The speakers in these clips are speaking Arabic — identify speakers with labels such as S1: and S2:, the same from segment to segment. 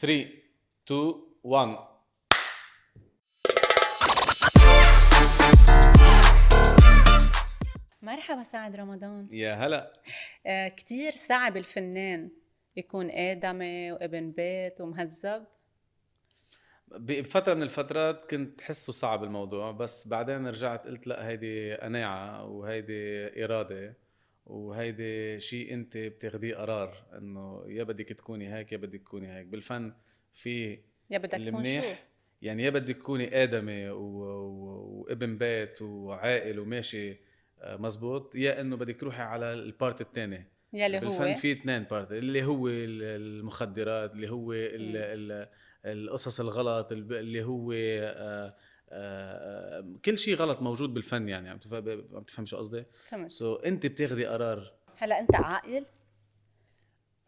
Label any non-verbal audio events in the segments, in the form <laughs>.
S1: Three two one
S2: مرحبا سعد رمضان
S1: يا هلا
S2: آه كتير صعب الفنان يكون آدمي وابن بيت ومهذب
S1: ب- بفترة من الفترات كنت حسه صعب الموضوع بس بعدين رجعت قلت لا هيدي قناعة وهيدي إرادة وهيدي شيء أنت بتاخديه قرار إنه يا بدك تكوني هيك يا بدك تكوني هيك بالفن في
S2: يا بدك تكون شو
S1: المنيح يعني يا بدك تكوني آدمي و... و... وابن بيت وعائل وماشي آه، مزبوط يا انه بدك تروحي على البارت الثاني
S2: يلي
S1: بالفن
S2: هو
S1: في اثنين بارت اللي هو ال- المخدرات اللي هو ال... ال... القصص الغلط الب- اللي هو آه، آه، كل شيء غلط موجود بالفن يعني عم تفهم عم تفهم شو قصدي؟
S2: فهمت
S1: سو so, انت بتاخدي قرار
S2: هلا انت عاقل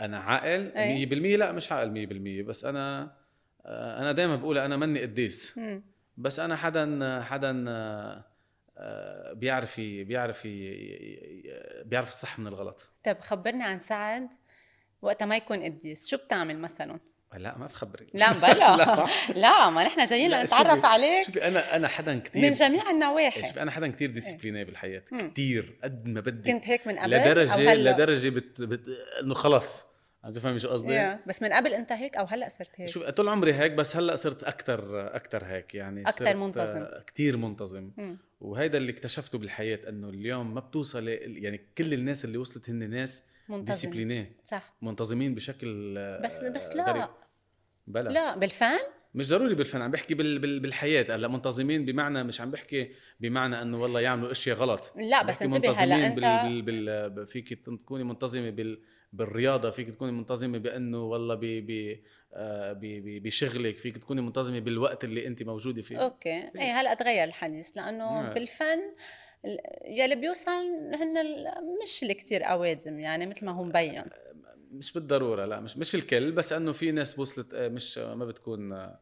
S1: انا عاقل 100%
S2: إيه.
S1: لا مش عاقل 100% بس انا آه، انا دائما بقول انا مني قديس
S2: مم.
S1: بس انا حدا حدا آه، آه، بيعرف ي- بيعرف ي- بيعرف الصح من الغلط
S2: طب طيب خبرني عن سعد وقتها ما يكون قديس شو بتعمل مثلا
S1: لا ما بخبرك <laughs>
S2: لا بلا
S1: لا.
S2: لا ما نحن جايين
S1: لا،
S2: لنتعرف
S1: شوفي-
S2: عليك
S1: شوفي انا انا حدا كثير
S2: من جميع النواحي
S1: شوفي انا حدا كثير ديسيبليني بالحياه
S2: مم.
S1: كثير قد ما بدي
S2: كنت هيك من قبل او
S1: لدرجه
S2: هلا
S1: لدرجه بت... بت... انه خلص عم تفهمي شو قصدي؟
S2: يا، بس من قبل انت هيك او هلا صرت هيك
S1: شوف طول عمري هيك بس هلا صرت اكثر اكثر هيك يعني
S2: أكتر منتظم.
S1: كثير منتظم
S2: مم.
S1: وهيدا اللي اكتشفته بالحياه انه اليوم ما بتوصلي يعني كل الناس اللي وصلت هن ناس
S2: منتظم
S1: ديسيبلينيه
S2: صح
S1: منتظمين بشكل آه،
S2: بس بس
S1: غريب.
S2: لا
S1: بلا لا.
S2: لا بالفن
S1: مش ضروري بالفن عم بحكي بال... بال... بالحياه هلا منتظمين بمعنى مش عم بحكي بمعنى انه والله يعملوا اشياء غلط
S2: لا بس
S1: بحكي
S2: انتبه
S1: منتظمين
S2: هلا انت
S1: بال... بال... بال... فيك تكوني منتظمه بال... بالرياضه فيك تكوني منتظمه بانه والله ب... ب... آه، ب... ب... بشغلك فيك تكوني منتظمه بالوقت اللي انت موجوده فيه
S2: اوكي ايه هلا تغير الحديث لانه
S1: نعم.
S2: بالفن ال- يلي بيوصل هن ال- مش اللي كتير اوادم يعني مثل ما هو مبين
S1: مش بالضروره لا مش مش الكل بس انه في ناس وصلت آه، مش آه، ما بتكون آه،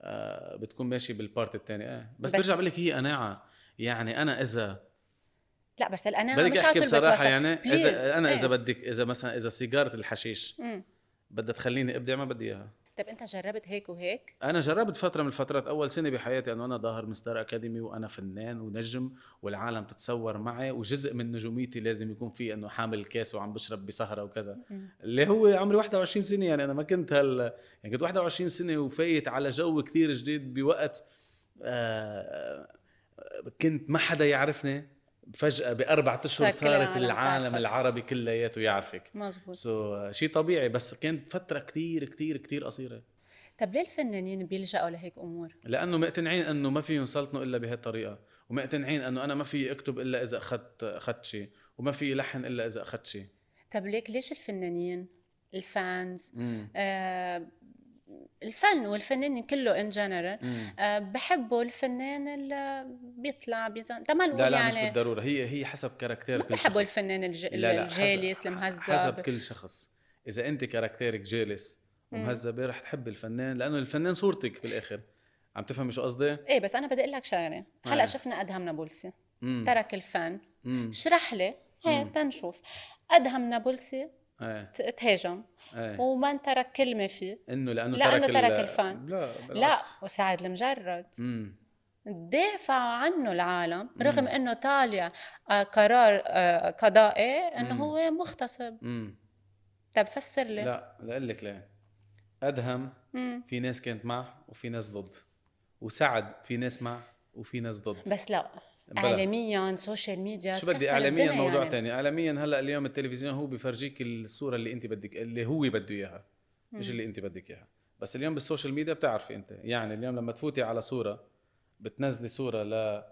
S1: آه، بتكون ماشي بالبارت الثاني اه بس,
S2: بس-
S1: بس برجع بقول لك هي قناعه يعني انا اذا
S2: لا بس القناعه
S1: بدك
S2: مش على
S1: احكي
S2: طول
S1: بصراحه
S2: بتوصل
S1: يعني
S2: Please.
S1: اذا انا اذا
S2: إيه.
S1: بدك اذا مثلا اذا سيجاره الحشيش
S2: مم.
S1: بدها تخليني ابدع ما بدي اياها
S2: طب انت جربت هيك وهيك
S1: انا جربت فتره من الفترات اول سنه بحياتي انه انا ظاهر من ستار اكاديمي وانا فنان ونجم والعالم تتصور معي وجزء من نجوميتي لازم يكون فيه انه حامل الكاس وعم بشرب بسهره وكذا
S2: مم.
S1: اللي هو عمري 21 سنه يعني انا ما كنت هال يعني كنت 21 سنه وفايت على جو كثير جديد بوقت آه كنت ما حدا يعرفني فجاه باربع اشهر
S2: صار كل
S1: صارت
S2: العالم
S1: العالم
S2: تعرفك.
S1: العربي كلياته يعرفك
S2: مزبوط
S1: سو so, شيء طبيعي بس كانت فتره كثير كثير كثير قصيره
S2: طب طيب، ليه الفنانين بيلجأوا لهيك امور
S1: لانه مقتنعين انه ما فيهم يسلطنوا الا بهالطريقه ومقتنعين انه انا ما في اكتب الا اذا اخذت اخذت شيء وما في لحن الا اذا اخذت شيء
S2: طب طيب، ليك ليش الفنانين الفانز آه الفن والفنانين كله ان جنرال آه بحبوا الفنان اللي بيطلع بيزن ده ما نقول
S1: لا لا مش
S2: يعني
S1: بالضروره هي هي حسب كاركتير
S2: ما
S1: كل
S2: بحبوا
S1: شخص
S2: الفنان الج...
S1: لا لا
S2: الجالس
S1: حسب-
S2: المهذب
S1: حسب كل شخص اذا انت كاركتيرك جالس
S2: مم.
S1: ومهذبه رح تحب الفنان لانه الفنان صورتك بالاخر عم تفهم شو قصدي؟
S2: ايه بس انا بدي اقول لك شغله هلا
S1: آه.
S2: شفنا ادهم نابلسي
S1: مم.
S2: ترك الفن
S1: مم.
S2: اشرح لي هي
S1: مم.
S2: تنشوف ادهم نابلسي
S1: ايه
S2: ت- تهاجم
S1: ايه
S2: وما ترك كلمه فيه
S1: انه لانه
S2: لأنه
S1: ال-
S2: ترك الفن.
S1: لا
S2: لا
S1: بالعكس
S2: وسعد المجرد
S1: مم.
S2: دافع عنه العالم
S1: مم.
S2: رغم انه طالع آه، قرار آه، قضائي انه
S1: مم.
S2: هو مغتصب
S1: مم.
S2: طب فسر لي
S1: لا لاقول لك ليه ادهم
S2: مم.
S1: في ناس كانت معه وفي ناس ضد وسعد في ناس معه وفي ناس ضد
S2: بس لا
S1: بلا.
S2: اعلاميا سوشيال ميديا
S1: شو بدي
S2: كسر
S1: اعلاميا
S2: الدنيا
S1: موضوع
S2: يعني.
S1: يعني. تاني اعلاميا هلا اليوم التلفزيون هو بفرجيك الصوره اللي انت بدك اللي هو بده اياها مش
S2: مم.
S1: اللي انت بدك اياها بس اليوم بالسوشيال ميديا بتعرفي انت يعني اليوم لما تفوتي على صوره بتنزلي صوره ل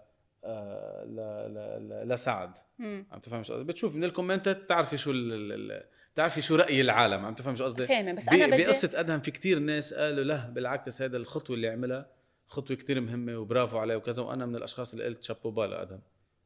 S1: آه، ل ل- ل- لسعد
S2: مم.
S1: عم تفهم شو قصدي بتشوف من الكومنتات بتعرفي شو ال... ال- ال- بتعرفي شو راي العالم عم تفهم شو قصدي
S2: فاهمه بس
S1: ب-
S2: انا بدي
S1: بقصه ادهم في كتير ناس قالوا له بالعكس هذا الخطوه اللي عملها خطوه كتير مهمه وبرافو عليه وكذا وانا من الاشخاص اللي قلت شابو بالا ادهم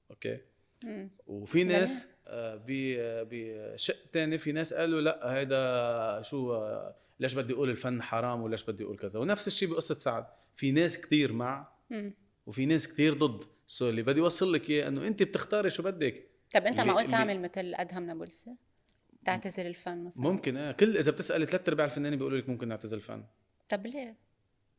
S1: اوكي
S2: مم.
S1: وفي
S2: جميل.
S1: ناس آه، ب- آه، بشق تاني في ناس قالوا لا هيدا شو آه، ليش بدي اقول الفن حرام وليش بدي اقول كذا ونفس الشيء بقصه سعد في ناس كتير مع
S2: مم.
S1: وفي ناس كتير ضد سو اللي بدي اوصل لك اياه انه انت بتختاري شو بدك
S2: طب انت
S1: لي-
S2: معقول
S1: لي-
S2: تعمل مثل ادهم نابلسي تعتزل الفن مثلا
S1: ممكن اه كل اذا بتسالي ثلاث ارباع الفنانين بيقولوا لك ممكن نعتزل الفن
S2: طب ليه؟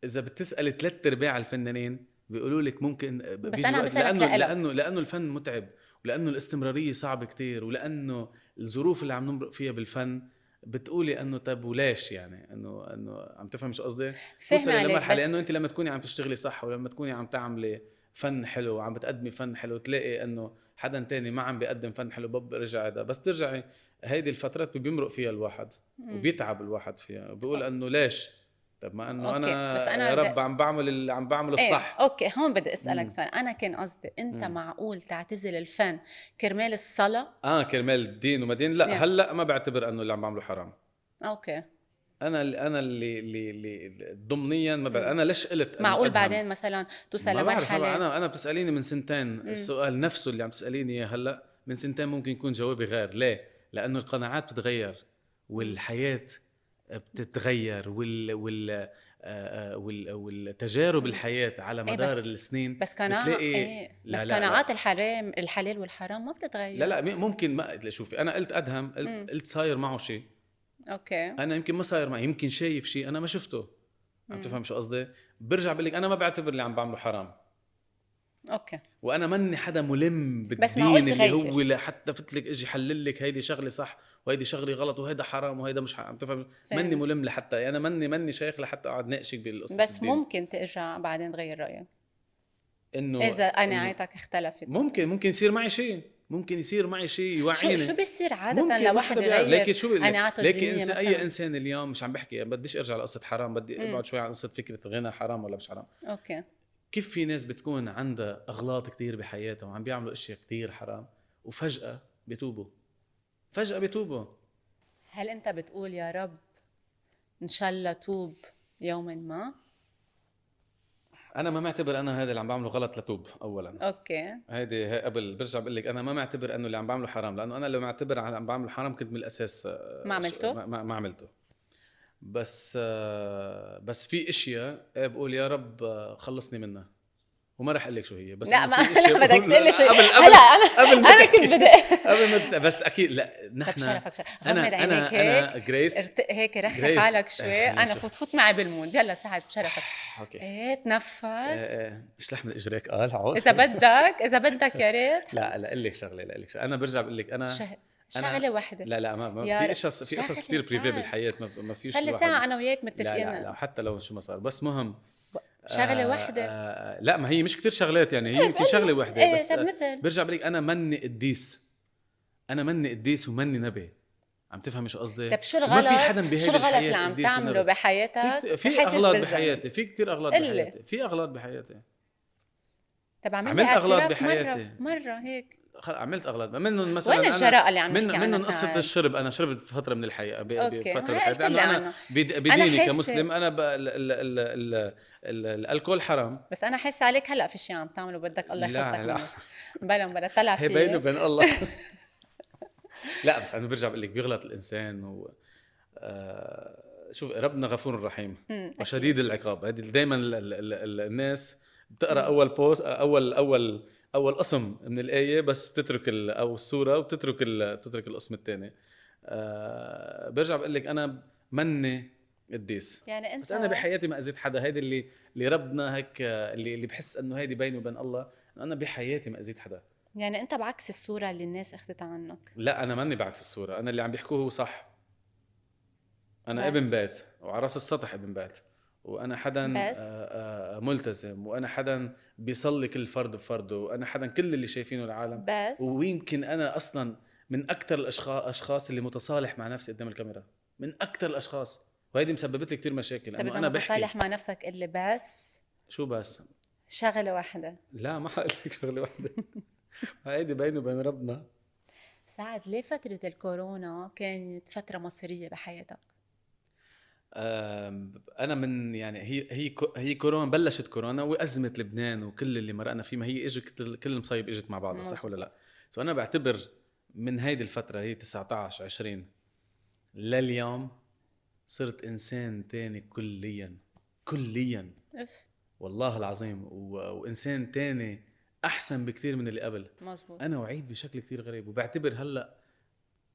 S1: اذا بتسالي ثلاث ارباع الفنانين بيقولوا لك ممكن بس
S2: أنا عم بسألك
S1: لانه
S2: لإلك.
S1: لانه لانه الفن متعب ولانه الاستمراريه صعبه كتير ولانه الظروف اللي عم نمرق فيها بالفن بتقولي انه طب وليش يعني انه انه عم تفهمي شو قصدي؟ توصلي
S2: فاهمة عليك بس
S1: لمرحله انه انت لما تكوني عم تشتغلي صح ولما تكوني عم تعملي فن حلو وعم بتقدمي فن حلو تلاقي انه حدا تاني ما عم بيقدم فن حلو بب رجع هذا بس ترجعي هيدي الفترات بيمرق فيها الواحد
S2: مم.
S1: وبيتعب الواحد فيها بيقول انه ليش طب ما انه
S2: أوكي،
S1: انا
S2: بس
S1: بس
S2: أنا
S1: انا يا
S2: بدي-
S1: رب عم بعمل ال- عم بعمل الصح
S2: ايه اوكي هون بدي
S1: مم.
S2: اسالك سؤال انا كان قصدي انت
S1: مم.
S2: معقول تعتزل الفن كرمال الصلاه
S1: اه كرمال الدين وما دين لا
S2: إيه.
S1: هلا ما بعتبر انه اللي عم بعمله حرام
S2: اوكي
S1: انا انا اللي اللي, اللي ضمنيا ما بع...
S2: مم.
S1: انا ليش قلت إنه
S2: معقول
S1: أدهم؟
S2: بعدين مثلا توصل
S1: ما بعرف طبعا
S2: لمرحله
S1: انا انا بتساليني من سنتين
S2: مم.
S1: السؤال نفسه اللي عم تساليني اياه هلا من سنتين ممكن يكون جوابي غير ليه لانه القناعات بتتغير والحياه بتتغير وال وال آه، آه، وال والتجارب الحياه على
S2: إيه،
S1: مدار
S2: بس-
S1: السنين
S2: بس قناعه
S1: بتلاقي-
S2: ايه
S1: لا،
S2: بس
S1: لا، لا.
S2: قناعات الحرام الحلال والحرام ما بتتغير
S1: لا لا م- ممكن ما شوفي انا قلت ادهم
S2: مم.
S1: قلت قلت صاير معه شيء
S2: اوكي
S1: انا يمكن ما صاير معي يمكن شايف شيء انا ما شفته عم
S2: مم.
S1: تفهم شو قصدي برجع بقول لك انا ما بعتبر اللي عم بعمله حرام
S2: اوكي
S1: وانا مني حدا ملم
S2: بس
S1: بالدين
S2: معقول
S1: اللي
S2: تغير.
S1: هو لحتى فتلك اجي حلل لك هيدي شغله صح وهيدي شغله غلط وهيدا حرام وهيدا مش حرام عم تفهم
S2: فاهم.
S1: مني ملم لحتى انا مني مني شيخ لحتى اقعد ناقشك بالقصه
S2: بس
S1: الدين.
S2: ممكن ترجع بعدين تغير رايك
S1: انه
S2: اذا
S1: إنه
S2: قناعاتك اختلفت
S1: ممكن ممكن يصير معي شيء ممكن يصير معي شيء يوعيني
S2: شو شو بيصير عاده
S1: ممكن ما
S2: لواحد
S1: حدا بيعرف.
S2: يغير
S1: لكن شو
S2: قناعاته
S1: لكن
S2: الدينية
S1: إنسان
S2: مثلاً.
S1: اي انسان اليوم مش عم بحكي بديش ارجع لقصه حرام بدي
S2: مم.
S1: ابعد شوي عن قصه فكره الغنى حرام ولا مش حرام
S2: اوكي
S1: كيف في ناس بتكون عندها اغلاط كتير بحياتها وعم بيعملوا اشياء كتير حرام وفجاه بيتوبوا فجاه بيتوبوا
S2: هل انت بتقول يا رب ان شاء الله توب يوما ما
S1: انا ما معتبر انا هذا اللي عم بعمله غلط لتوب اولا
S2: اوكي
S1: هيدي هي قبل برجع بقول لك انا ما معتبر انه اللي عم بعمله حرام لانه انا لو معتبر عن- عم بعمله حرام كنت من الاساس آه،
S2: ما عملته؟
S1: ما, ما ما عملته بس آه، بس في اشياء إيه بقول يا رب آه، خلصني منها وما رح اقول لك شو هي بس
S2: لا
S1: إنه
S2: ما
S1: في أشياء
S2: <laughs> لا بدك
S1: بقول-
S2: تقول لي شيء
S1: قبل
S2: هلا
S1: قبل <laughs>
S2: انا
S1: قبل ما
S2: انا
S1: تحكي.
S2: كنت بدي
S1: قبل ما تس... بس اكيد لا
S2: طب
S1: نحن
S2: شرفك شرفك غمض
S1: انا
S2: عينيك
S1: انا
S2: هيك
S1: انا جريس
S2: ارتق هيك رخي
S1: جريس.
S2: حالك
S1: إيه،
S2: شوي
S1: خليني
S2: انا
S1: أشوف.
S2: فوت فوت معي بالمود يلا سعد بشرفك
S1: <sighs> اوكي
S2: ايه
S1: إيه،
S2: تنفس
S1: اشلح من اجريك قال عود <laughs>
S2: اذا بدك اذا بدك يا ريت
S1: آه، لا لا اقول لك شغله لا اقول لك شغلة. انا برجع بقول لك انا
S2: شه- شغله وحده
S1: لا لا ما, ما
S2: يا
S1: في
S2: رب.
S1: قصص في قصص
S2: شغلة
S1: كثير بريفي
S2: صعب.
S1: بالحياه ما, ما فيش
S2: صار لي
S1: الواحد-
S2: ساعه انا وياك
S1: لا لا لا
S2: متفقين
S1: حتى لو شو ما صار بس مهم
S2: شغله
S1: آه،
S2: وحده
S1: آه لا ما هي مش كثير شغلات يعني هي يمكن شغله وحده
S2: ايه
S1: بس
S2: طيب، طب مثل
S1: برجع بقول لك انا مني قديس انا مني قديس ومني نبي عم تفهمي شو قصدي؟
S2: طب شو
S1: ما
S2: الغلط
S1: في حدا بهيدي
S2: شو الغلط
S1: الحياة
S2: اللي عم
S1: قديس
S2: تعمله
S1: ونبي.
S2: بحياتك
S1: في في
S2: وحاسس
S1: اغلاط
S2: بالذنب؟
S1: بحياتي في كثير اغلاط
S2: قلي.
S1: بحياتي في اغلاط بحياتي
S2: طب عملت
S1: عملت أغلاط
S2: اعتراف
S1: بحياتي.
S2: مره مره هيك
S1: خل- عملت اغلاط منهم مثلا
S2: وين
S1: أنا-
S2: الجراءه اللي عم
S1: من
S2: نحكي
S1: منهم
S2: عنها
S1: قصه
S2: ساعات؟
S1: الشرب انا شربت فتره من الحياه ب-
S2: أوكي،
S1: بفتره من الحياه
S2: هاي قلت لي
S1: لأنه انا
S2: عنها.
S1: بد-
S2: أنا
S1: بديني
S2: حاسة-
S1: كمسلم انا ب... ال... ال... ال... ال... ال... الالكول حرام
S2: بس انا حاسه عليك هلا في شيء عم تعمله بدك الله
S1: لا،
S2: يخلصك
S1: لا.
S2: منه بلا بلا طلع
S1: هي بينه
S2: فيه
S1: وبين الله <laughs> لا بس انا برجع بقول لك بيغلط الانسان و آه... شوف ربنا غفور رحيم
S2: مم.
S1: وشديد العقاب هذه دائما الناس بتقرا اول بوست اول اول اول قسم من الايه بس بتترك ال- او السوره وبتترك ال- بتترك القسم الثاني آه برجع بقول لك انا مني قديس
S2: يعني انت
S1: بس انا بحياتي ما اذيت حدا هيدي اللي اللي ربنا هيك آه، اللي اللي بحس انه هيدي بيني وبين الله إنه انا بحياتي ما اذيت حدا
S2: يعني انت بعكس الصوره اللي الناس اخذتها عنك
S1: لا انا ماني بعكس الصوره انا اللي عم بيحكوه هو صح انا
S2: بس.
S1: بس. ابن بيت وعلى راس السطح ابن بيت وانا حدا
S2: بس.
S1: آه، آه، ملتزم وانا حدا بيصلي كل فرد بفرده وانا حدا كل اللي شايفينه العالم
S2: بس
S1: ويمكن انا اصلا من اكثر الاشخاص اللي متصالح مع نفسي قدام الكاميرا من اكثر الاشخاص وهيدي مسببت لي كثير مشاكل
S2: طب
S1: لانه
S2: اذا
S1: انا بحكي
S2: طيب متصالح مع نفسك اللي بس
S1: شو بس
S2: شغله واحده
S1: لا ما حقول لك شغله وحده <laughs> هيدي بيني وبين ربنا
S2: سعد ليه فتره الكورونا كانت فتره مصيريه بحياتك
S1: آم، انا من يعني هي هي كو- هي كورونا بلشت كورونا وازمه لبنان وكل اللي مرقنا فيه ما هي اجت كل- كل المصايب اجت مع بعضها صح
S2: مظبوط.
S1: ولا لا؟ سو انا بعتبر من هيدي الفتره هي 19 20 لليوم صرت انسان تاني كليا كليا
S2: اف
S1: والله العظيم و... وانسان تاني احسن بكثير من اللي قبل
S2: مزبوط
S1: انا وعيد بشكل كثير غريب وبعتبر هلا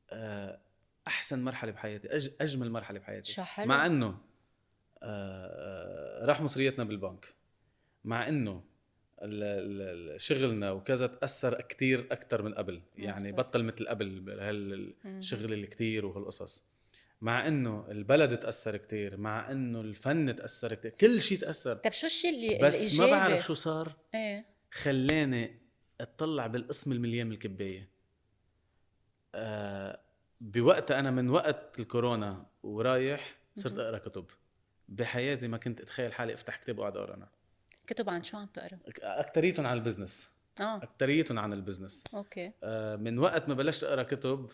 S1: آه احسن مرحله بحياتي أج... اجمل مرحله بحياتي
S2: شو حلو
S1: مع انه آه، آه، راح مصرياتنا بالبنك مع انه ال- ال- ال- شغلنا وكذا تاثر كثير اكثر من قبل يعني
S2: مزبوط.
S1: بطل مثل قبل هال
S2: مم.
S1: الشغل اللي كتير وهالقصص مع انه البلد تاثر كتير مع انه الفن تاثر كتير كل شيء تاثر
S2: طب شو الشيء اللي
S1: بس ما
S2: طيب، الإيجابي؟
S1: بعرف شو صار
S2: ايه
S1: خلاني اطلع بالقسم المليان من الكبايه آه بوقتها انا من وقت الكورونا ورايح صرت
S2: مهم.
S1: اقرا كتب بحياتي ما كنت اتخيل حالي افتح كتاب واقعد اقرا انا
S2: كتب عن شو عم تقرا؟
S1: اكتريتهم عن البزنس
S2: اه
S1: اكتريتهم عن البزنس
S2: اوكي
S1: آه، من وقت ما بلشت اقرا كتب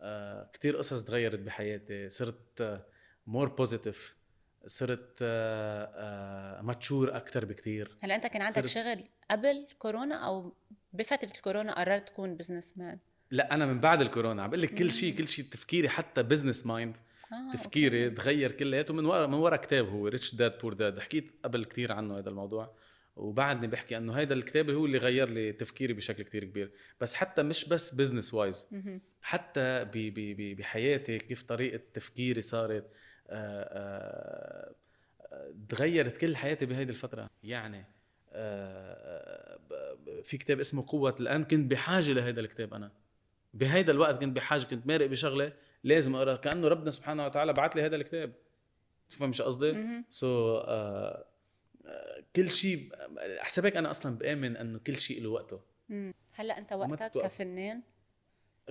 S1: آه، كتير قصص تغيرت بحياتي صرت مور بوزيتيف صرت آه، ماتشور اكثر بكتير
S2: هلا انت كان عندك
S1: صرت-
S2: شغل قبل كورونا او بفتره الكورونا قررت تكون بزنس مان
S1: لا انا من بعد الكورونا عم بقول لك كل
S2: مم.
S1: شيء كل شيء تفكيري حتى بزنس مايند
S2: آه،
S1: تفكيري
S2: أوكي.
S1: تغير كلياته من ورا من ورا كتاب هو ريتش داد بور داد حكيت قبل كتير عنه هذا الموضوع وبعدني بحكي انه هذا الكتاب هو اللي غير لي تفكيري بشكل كتير كبير بس حتى مش بس بزنس وايز
S2: مهم.
S1: حتى ب- ب- ب- بحياتي كيف طريقة تفكيري صارت آه، آه، تغيرت كل حياتي بهيدي الفترة يعني آه، آه، ب- في كتاب اسمه قوة الآن كنت بحاجة لهيدا الكتاب أنا بهيدا الوقت كنت بحاجة كنت مارق بشغلة لازم أقرأ كأنه ربنا سبحانه وتعالى بعت لي هيدا الكتاب تفهم شو قصدي؟
S2: مهم.
S1: سو so, uh, كل شيء حسابك انا اصلا بامن انه كل شيء له وقته
S2: مم. هلا انت
S1: وما
S2: وقتك
S1: تتوقف.
S2: كفنان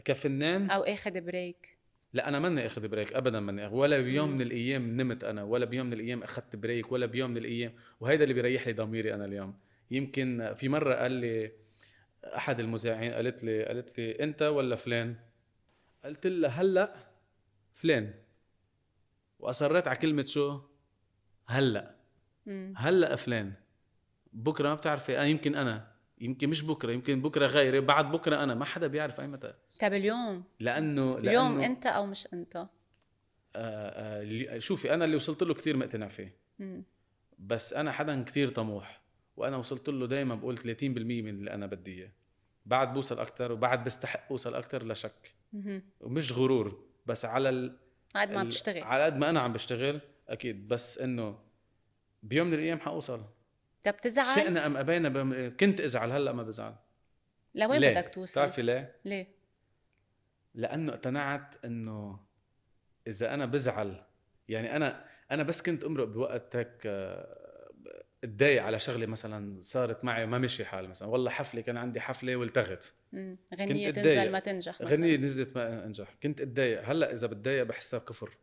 S1: كفنان
S2: او اخذ بريك
S1: لا انا ماني اخذ بريك ابدا ماني أخ- ولا بيوم
S2: مم.
S1: من الايام نمت انا ولا بيوم من الايام اخذت بريك ولا بيوم من الايام وهيدا اللي بيريح لي ضميري انا اليوم يمكن في مره قال لي احد المذيعين قالت لي قالت لي انت ولا فلان قلت لها هلا فلان واصريت على كلمه شو هلا
S2: مم.
S1: هلا فلان بكره ما بتعرفي انا يمكن انا يمكن مش بكره يمكن بكره غيري بعد بكره انا ما حدا بيعرف اي متى
S2: طب اليوم
S1: لانه
S2: اليوم
S1: لأنه
S2: انت او مش انت
S1: آه، آه، اللي- شوفي انا اللي وصلت له كثير مقتنع فيه
S2: مم.
S1: بس انا حدا كثير طموح وانا وصلت له دائما بقول 30% من اللي انا بدي اياه بعد بوصل اكثر وبعد بستحق اوصل اكثر لا شك
S2: مهم.
S1: ومش غرور بس على ال...
S2: قاعد ما عم
S1: ال-
S2: تشتغل
S1: على قد ما انا عم بشتغل اكيد بس انه بيوم من الايام حوصل
S2: طب تزعل
S1: شئنا ام ابينا بم... كنت ازعل هلا ما بزعل
S2: لوين
S1: ليه؟
S2: بدك توصل؟
S1: بتعرفي ليه؟
S2: ليه؟
S1: لانه اقتنعت انه اذا انا بزعل يعني انا انا بس كنت امرق بوقت هيك آه، اتضايق على شغله مثلا صارت معي ما مشي حال مثلا والله حفله كان عندي حفله والتغت
S2: مم. غنية
S1: كنت
S2: تنزل
S1: أتضايق.
S2: ما تنجح مثلاً.
S1: غنية نزلت ما انجح كنت اتضايق هلا اذا بتضايق بحسها كفر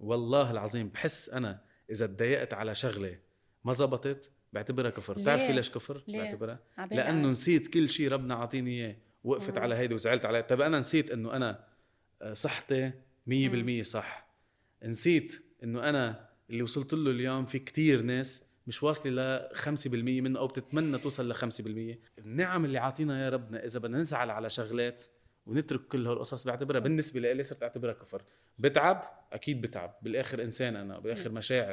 S1: والله العظيم بحس انا اذا اتضايقت على شغله ما زبطت بعتبرها كفر
S2: ليه؟
S1: بتعرفي ليش كفر
S2: ليه؟
S1: بعتبرها
S2: عبالي
S1: لانه
S2: أنا.
S1: نسيت كل شيء ربنا عاطيني اياه وقفت
S2: مم.
S1: على هيدي وزعلت عليها طب انا نسيت انه انا آه، صحتي 100% صح نسيت انه انا اللي وصلت له اليوم في كتير ناس مش واصله ل 5% منه او بتتمنى توصل ل 5% النعم اللي عاطينا يا ربنا اذا بدنا نزعل على شغلات ونترك كل هالقصص بعتبرها بالنسبه لي صرت اعتبرها كفر بتعب اكيد بتعب بالاخر انسان انا بالاخر مشاعر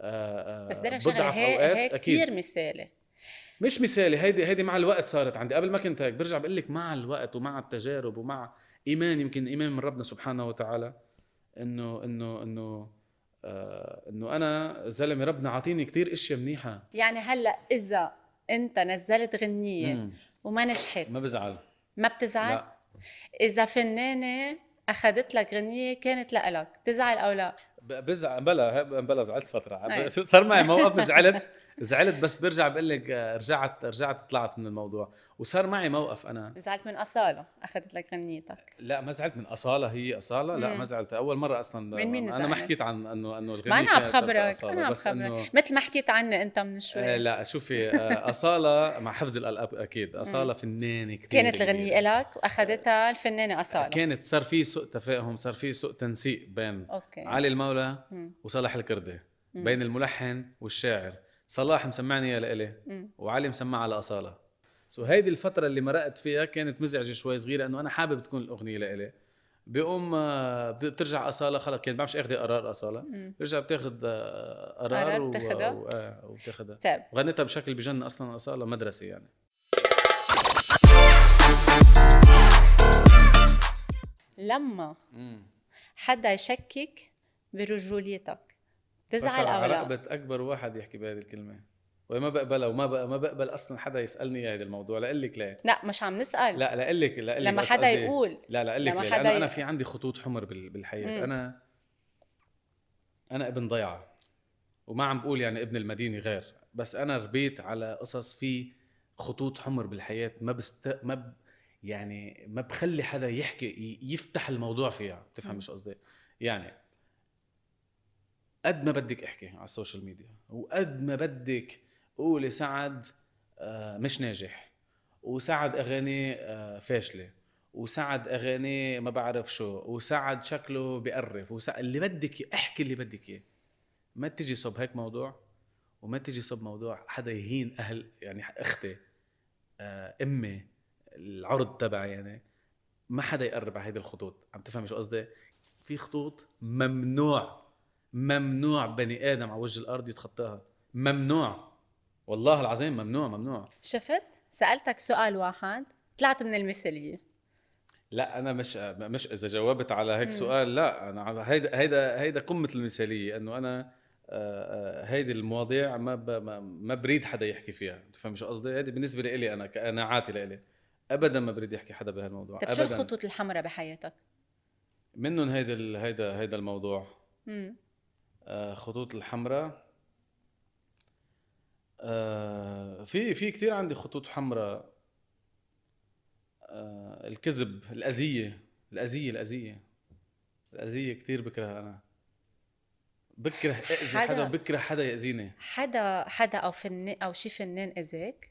S1: آه، آه،
S2: بس بدك شغله
S1: بضعف
S2: هي
S1: أوقات
S2: هي
S1: أكيد.
S2: كثير مثالي
S1: مش مثالي هيدي هيدي مع الوقت صارت عندي قبل ما كنت هيك برجع بقول لك مع الوقت ومع التجارب ومع ايمان يمكن ايمان من ربنا سبحانه وتعالى انه انه انه آه انه انا زلمه ربنا عاطيني كتير اشياء منيحه
S2: يعني هلا اذا انت نزلت غنية
S1: مم.
S2: وما نجحت
S1: ما بزعل
S2: ما بتزعل؟
S1: لا
S2: اذا فنانة اخذت لك غنية كانت لك تزعل او لا؟
S1: ب- بزعل بلا هب- بلا زعلت فتره <laughs>
S2: أي.
S1: ب- صار معي موقف زعلت زعلت بس برجع بقول لك آه، رجعت رجعت طلعت من الموضوع وصار معي موقف انا
S2: زعلت من اصالة اخذت لك غنيتك
S1: لا ما زعلت من اصاله هي اصاله لا
S2: مم.
S1: ما زعلت اول مره اصلا
S2: من مين
S1: انا ما
S2: زعلت؟
S1: حكيت عن انه انه الغنية
S2: ما انا عم
S1: كانت تبع
S2: خبرك
S1: أصالة،
S2: انا عم
S1: بس إنه-
S2: خبرك مثل ما حكيت عني انت من شوي
S1: آه لا شوفي آه، اصاله مع حفظ الالقاب اكيد اصاله فنانه كثير
S2: كانت الغنية لك واخذتها الفنانة اصالة
S1: كانت صار في سوء تفاهم صار في سوء تنسيق بين
S2: اوكي
S1: علي المولى
S2: مم.
S1: وصلاح الكردي
S2: مم.
S1: بين الملحن والشاعر صلاح مسمعني يا لإلي
S2: مم.
S1: وعلي مسمعها لأصالة سو هيدي الفترة اللي مرقت فيها كانت مزعجة شوي صغيرة انه انا حابب تكون الاغنية لإلي بقوم آه، بترجع أصالة خلص كانت ما عمش اخذ قرار أصالة
S2: مم.
S1: بترجع بتاخذ آه، قرار
S2: قرار
S1: و-
S2: بتاخدها؟
S1: و- آه، وبتاخدها
S2: طيب
S1: وغنيتها بشكل بجن اصلا أصالة مدرسة يعني
S2: لما
S1: مم.
S2: حدا يشكك برجوليتك تزعل
S1: بشعر
S2: او
S1: على
S2: لا
S1: رقبة أكبر واحد يحكي بهذه الكلمة وما بقبلها وما بق... ما بقبل أصلا حدا يسألني إياه هذا الموضوع لأقلك ليه
S2: لا مش عم نسال
S1: لا لأقلك لأقلك
S2: لما
S1: بس
S2: حدا
S1: قصدي-
S2: يقول
S1: لا لا لك
S2: لما
S1: ليه
S2: يعني حدا
S1: لأنه
S2: ي-
S1: أنا في عندي خطوط حمر بال... بالحياة
S2: مم.
S1: أنا أنا ابن ضيعة وما عم بقول يعني ابن المدينة غير بس أنا ربيت على قصص في خطوط حمر بالحياة ما بست ما ب... يعني ما بخلي حدا يحكي ي- يفتح الموضوع فيها بتفهم
S2: مم.
S1: شو قصدي يعني قد ما بدك احكي على السوشيال ميديا وقد ما بدك قولي سعد آه، مش ناجح وسعد اغاني آه، فاشله وسعد اغاني ما بعرف شو وسعد شكله بقرف وسعد اللي بدك إياه، احكي اللي بدك اياه ما تجي صب هيك موضوع وما تجي صب موضوع حدا يهين اهل يعني اختي آه، امي العرض تبعي يعني ما حدا يقرب على هيدي الخطوط عم تفهم شو قصدي في خطوط ممنوع ممنوع بني ادم على وجه الارض يتخطاها ممنوع والله العظيم ممنوع ممنوع
S2: شفت سالتك سؤال واحد طلعت من المثاليه
S1: لا انا مش مش اذا جاوبت على هيك
S2: مم.
S1: سؤال لا انا عم- هيدا هيدا هيدا قمه المثاليه انه انا آه، آه، هيدي المواضيع ما ب- ما- ما بريد حدا يحكي فيها بتفهم شو قصدي هيدي بالنسبه لي انا قناعاتي لإلي ابدا ما بريد يحكي حدا بهالموضوع
S2: طيب شو
S1: ابدا
S2: الخطوط الحمراء بحياتك؟
S1: منهم هيدا ال- هيدا هيدا الموضوع
S2: مم.
S1: آه، خطوط الحمراء آه، في في كثير عندي خطوط حمراء آه، الكذب الأذية الأذية الأذية الأذية كثير بكرهها أنا
S2: <laughs>
S1: بكره أذي
S2: حدا-
S1: حدا بكره حدا يأذيني
S2: حدا حدا او فنان او شي فنان اذاك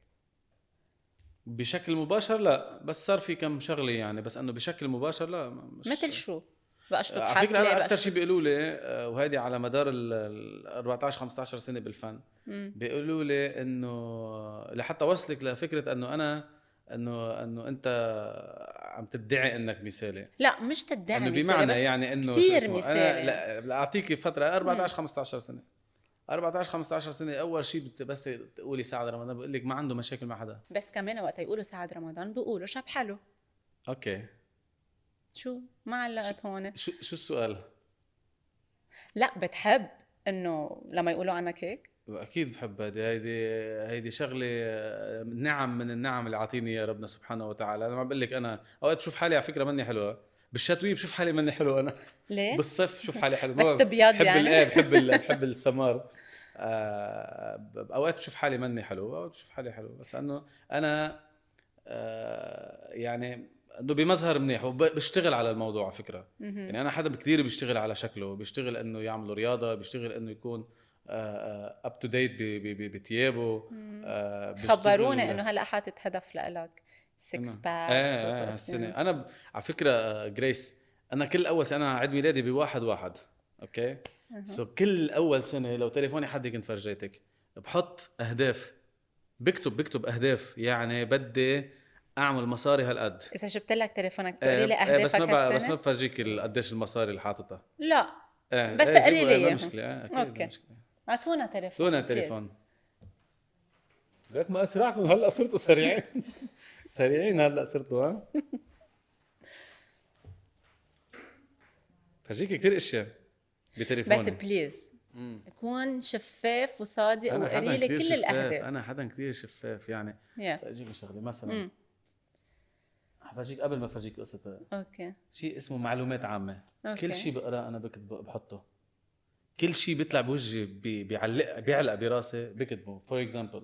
S1: بشكل مباشر لا بس صار في كم شغلة يعني بس إنه بشكل مباشر لا ما- مش آه،
S2: مثل شو؟ بقى شو
S1: على فكرة أنا أكثر
S2: بقى
S1: شيء بيقولوا لي آه، وهيدي على مدار ال 14 15 سنة بالفن
S2: مم.
S1: بيقولوا لي انه لحتى وصلك لفكره انه انا انه انه انت عم تدعي انك مثالي
S2: لا مش تدعي
S1: انه
S2: مثالي،
S1: بمعنى
S2: بس
S1: يعني انه شو
S2: كتير
S1: اسمه؟
S2: مثالي.
S1: انا لا لا، اعطيكي فتره أنا 14 15 سنه 14 15 سنه اول شيء بت- بس تقولي سعد رمضان بقول لك ما عنده مشاكل مع حدا
S2: بس كمان وقت يقولوا سعد رمضان بيقولوا شاب حلو
S1: اوكي
S2: شو ما علقت هون
S1: شو شو السؤال
S2: لا بتحب انه لما يقولوا عنك هيك
S1: اكيد بحب هيدي هيدي هيدي شغله آه، نعم من النعم اللي عاطيني يا ربنا سبحانه وتعالى انا ما بقول لك انا اوقات بشوف حالي على فكره ماني حلوه بالشتويه بشوف حالي ماني حلو انا
S2: ليه
S1: بالصيف شوف حالي حلو
S2: بس
S1: ما
S2: تبيض
S1: بحب
S2: يعني؟
S1: الايه بحب ال- بحب السمار آه، ب- اوقات بشوف حالي مني حلو اوقات بشوف حالي حلو بس انه انا آه، يعني انه بمظهر منيح وبشتغل على الموضوع على فكره
S2: <laughs> مهم.
S1: يعني انا حدا كثير بيشتغل على شكله بيشتغل انه يعمل رياضه بيشتغل انه يكون آه، اب تو ديت بثيابه
S2: مم.
S1: آه، بيشتغل-
S2: خبروني انه هلا حاطط هدف لإلك سكس
S1: إنه-
S2: باك
S1: ايه ايه السنه انا ب... على فكره آه، جريس انا كل اول سنه عيد ميلادي بواحد واحد اوكي سو كل اول سنه لو تليفوني حد كنت فرجيتك بحط اهداف بكتب بكتب اهداف يعني بدي اعمل مصاري هالقد
S2: اذا جبت لك تليفونك تقولي لي
S1: آه، آه، بس
S2: اهدافك
S1: ما بقى- بس
S2: هالسنه
S1: ما بفرجيك ال- قديش المصاري اللي حاططها
S2: لا
S1: آه،
S2: بس
S1: آه، جيبوا-
S2: قليل
S1: آه، ما
S2: إياها.
S1: مشكله آه، اكيد
S2: أوكي.
S1: ما مشكله
S2: اعطونا تليفون
S1: دون تليفون لك ما اسرعكم هلا صرتوا
S2: <laughs>
S1: سريعين سريعين هلا صرتوا ها فرجيك كثير اشياء بتليفوني
S2: بس بليز كون شفاف وصادق
S1: أنا حداً
S2: وقري لي
S1: كتير
S2: كل
S1: شفاف،
S2: الاهداف
S1: انا حدا كثير شفاف يعني
S2: يا
S1: فرجيك شغله مثلا
S2: مم.
S1: حفرجيك قبل ما فرجيك قصه
S2: اوكي
S1: شيء اسمه معلومات عامه
S2: أوكي.
S1: كل شيء بقراه انا بكتبه بحطه كل شيء بيطلع بوجهي بي- بيعلق بيعلق براسي بكتبه فور اكزامبل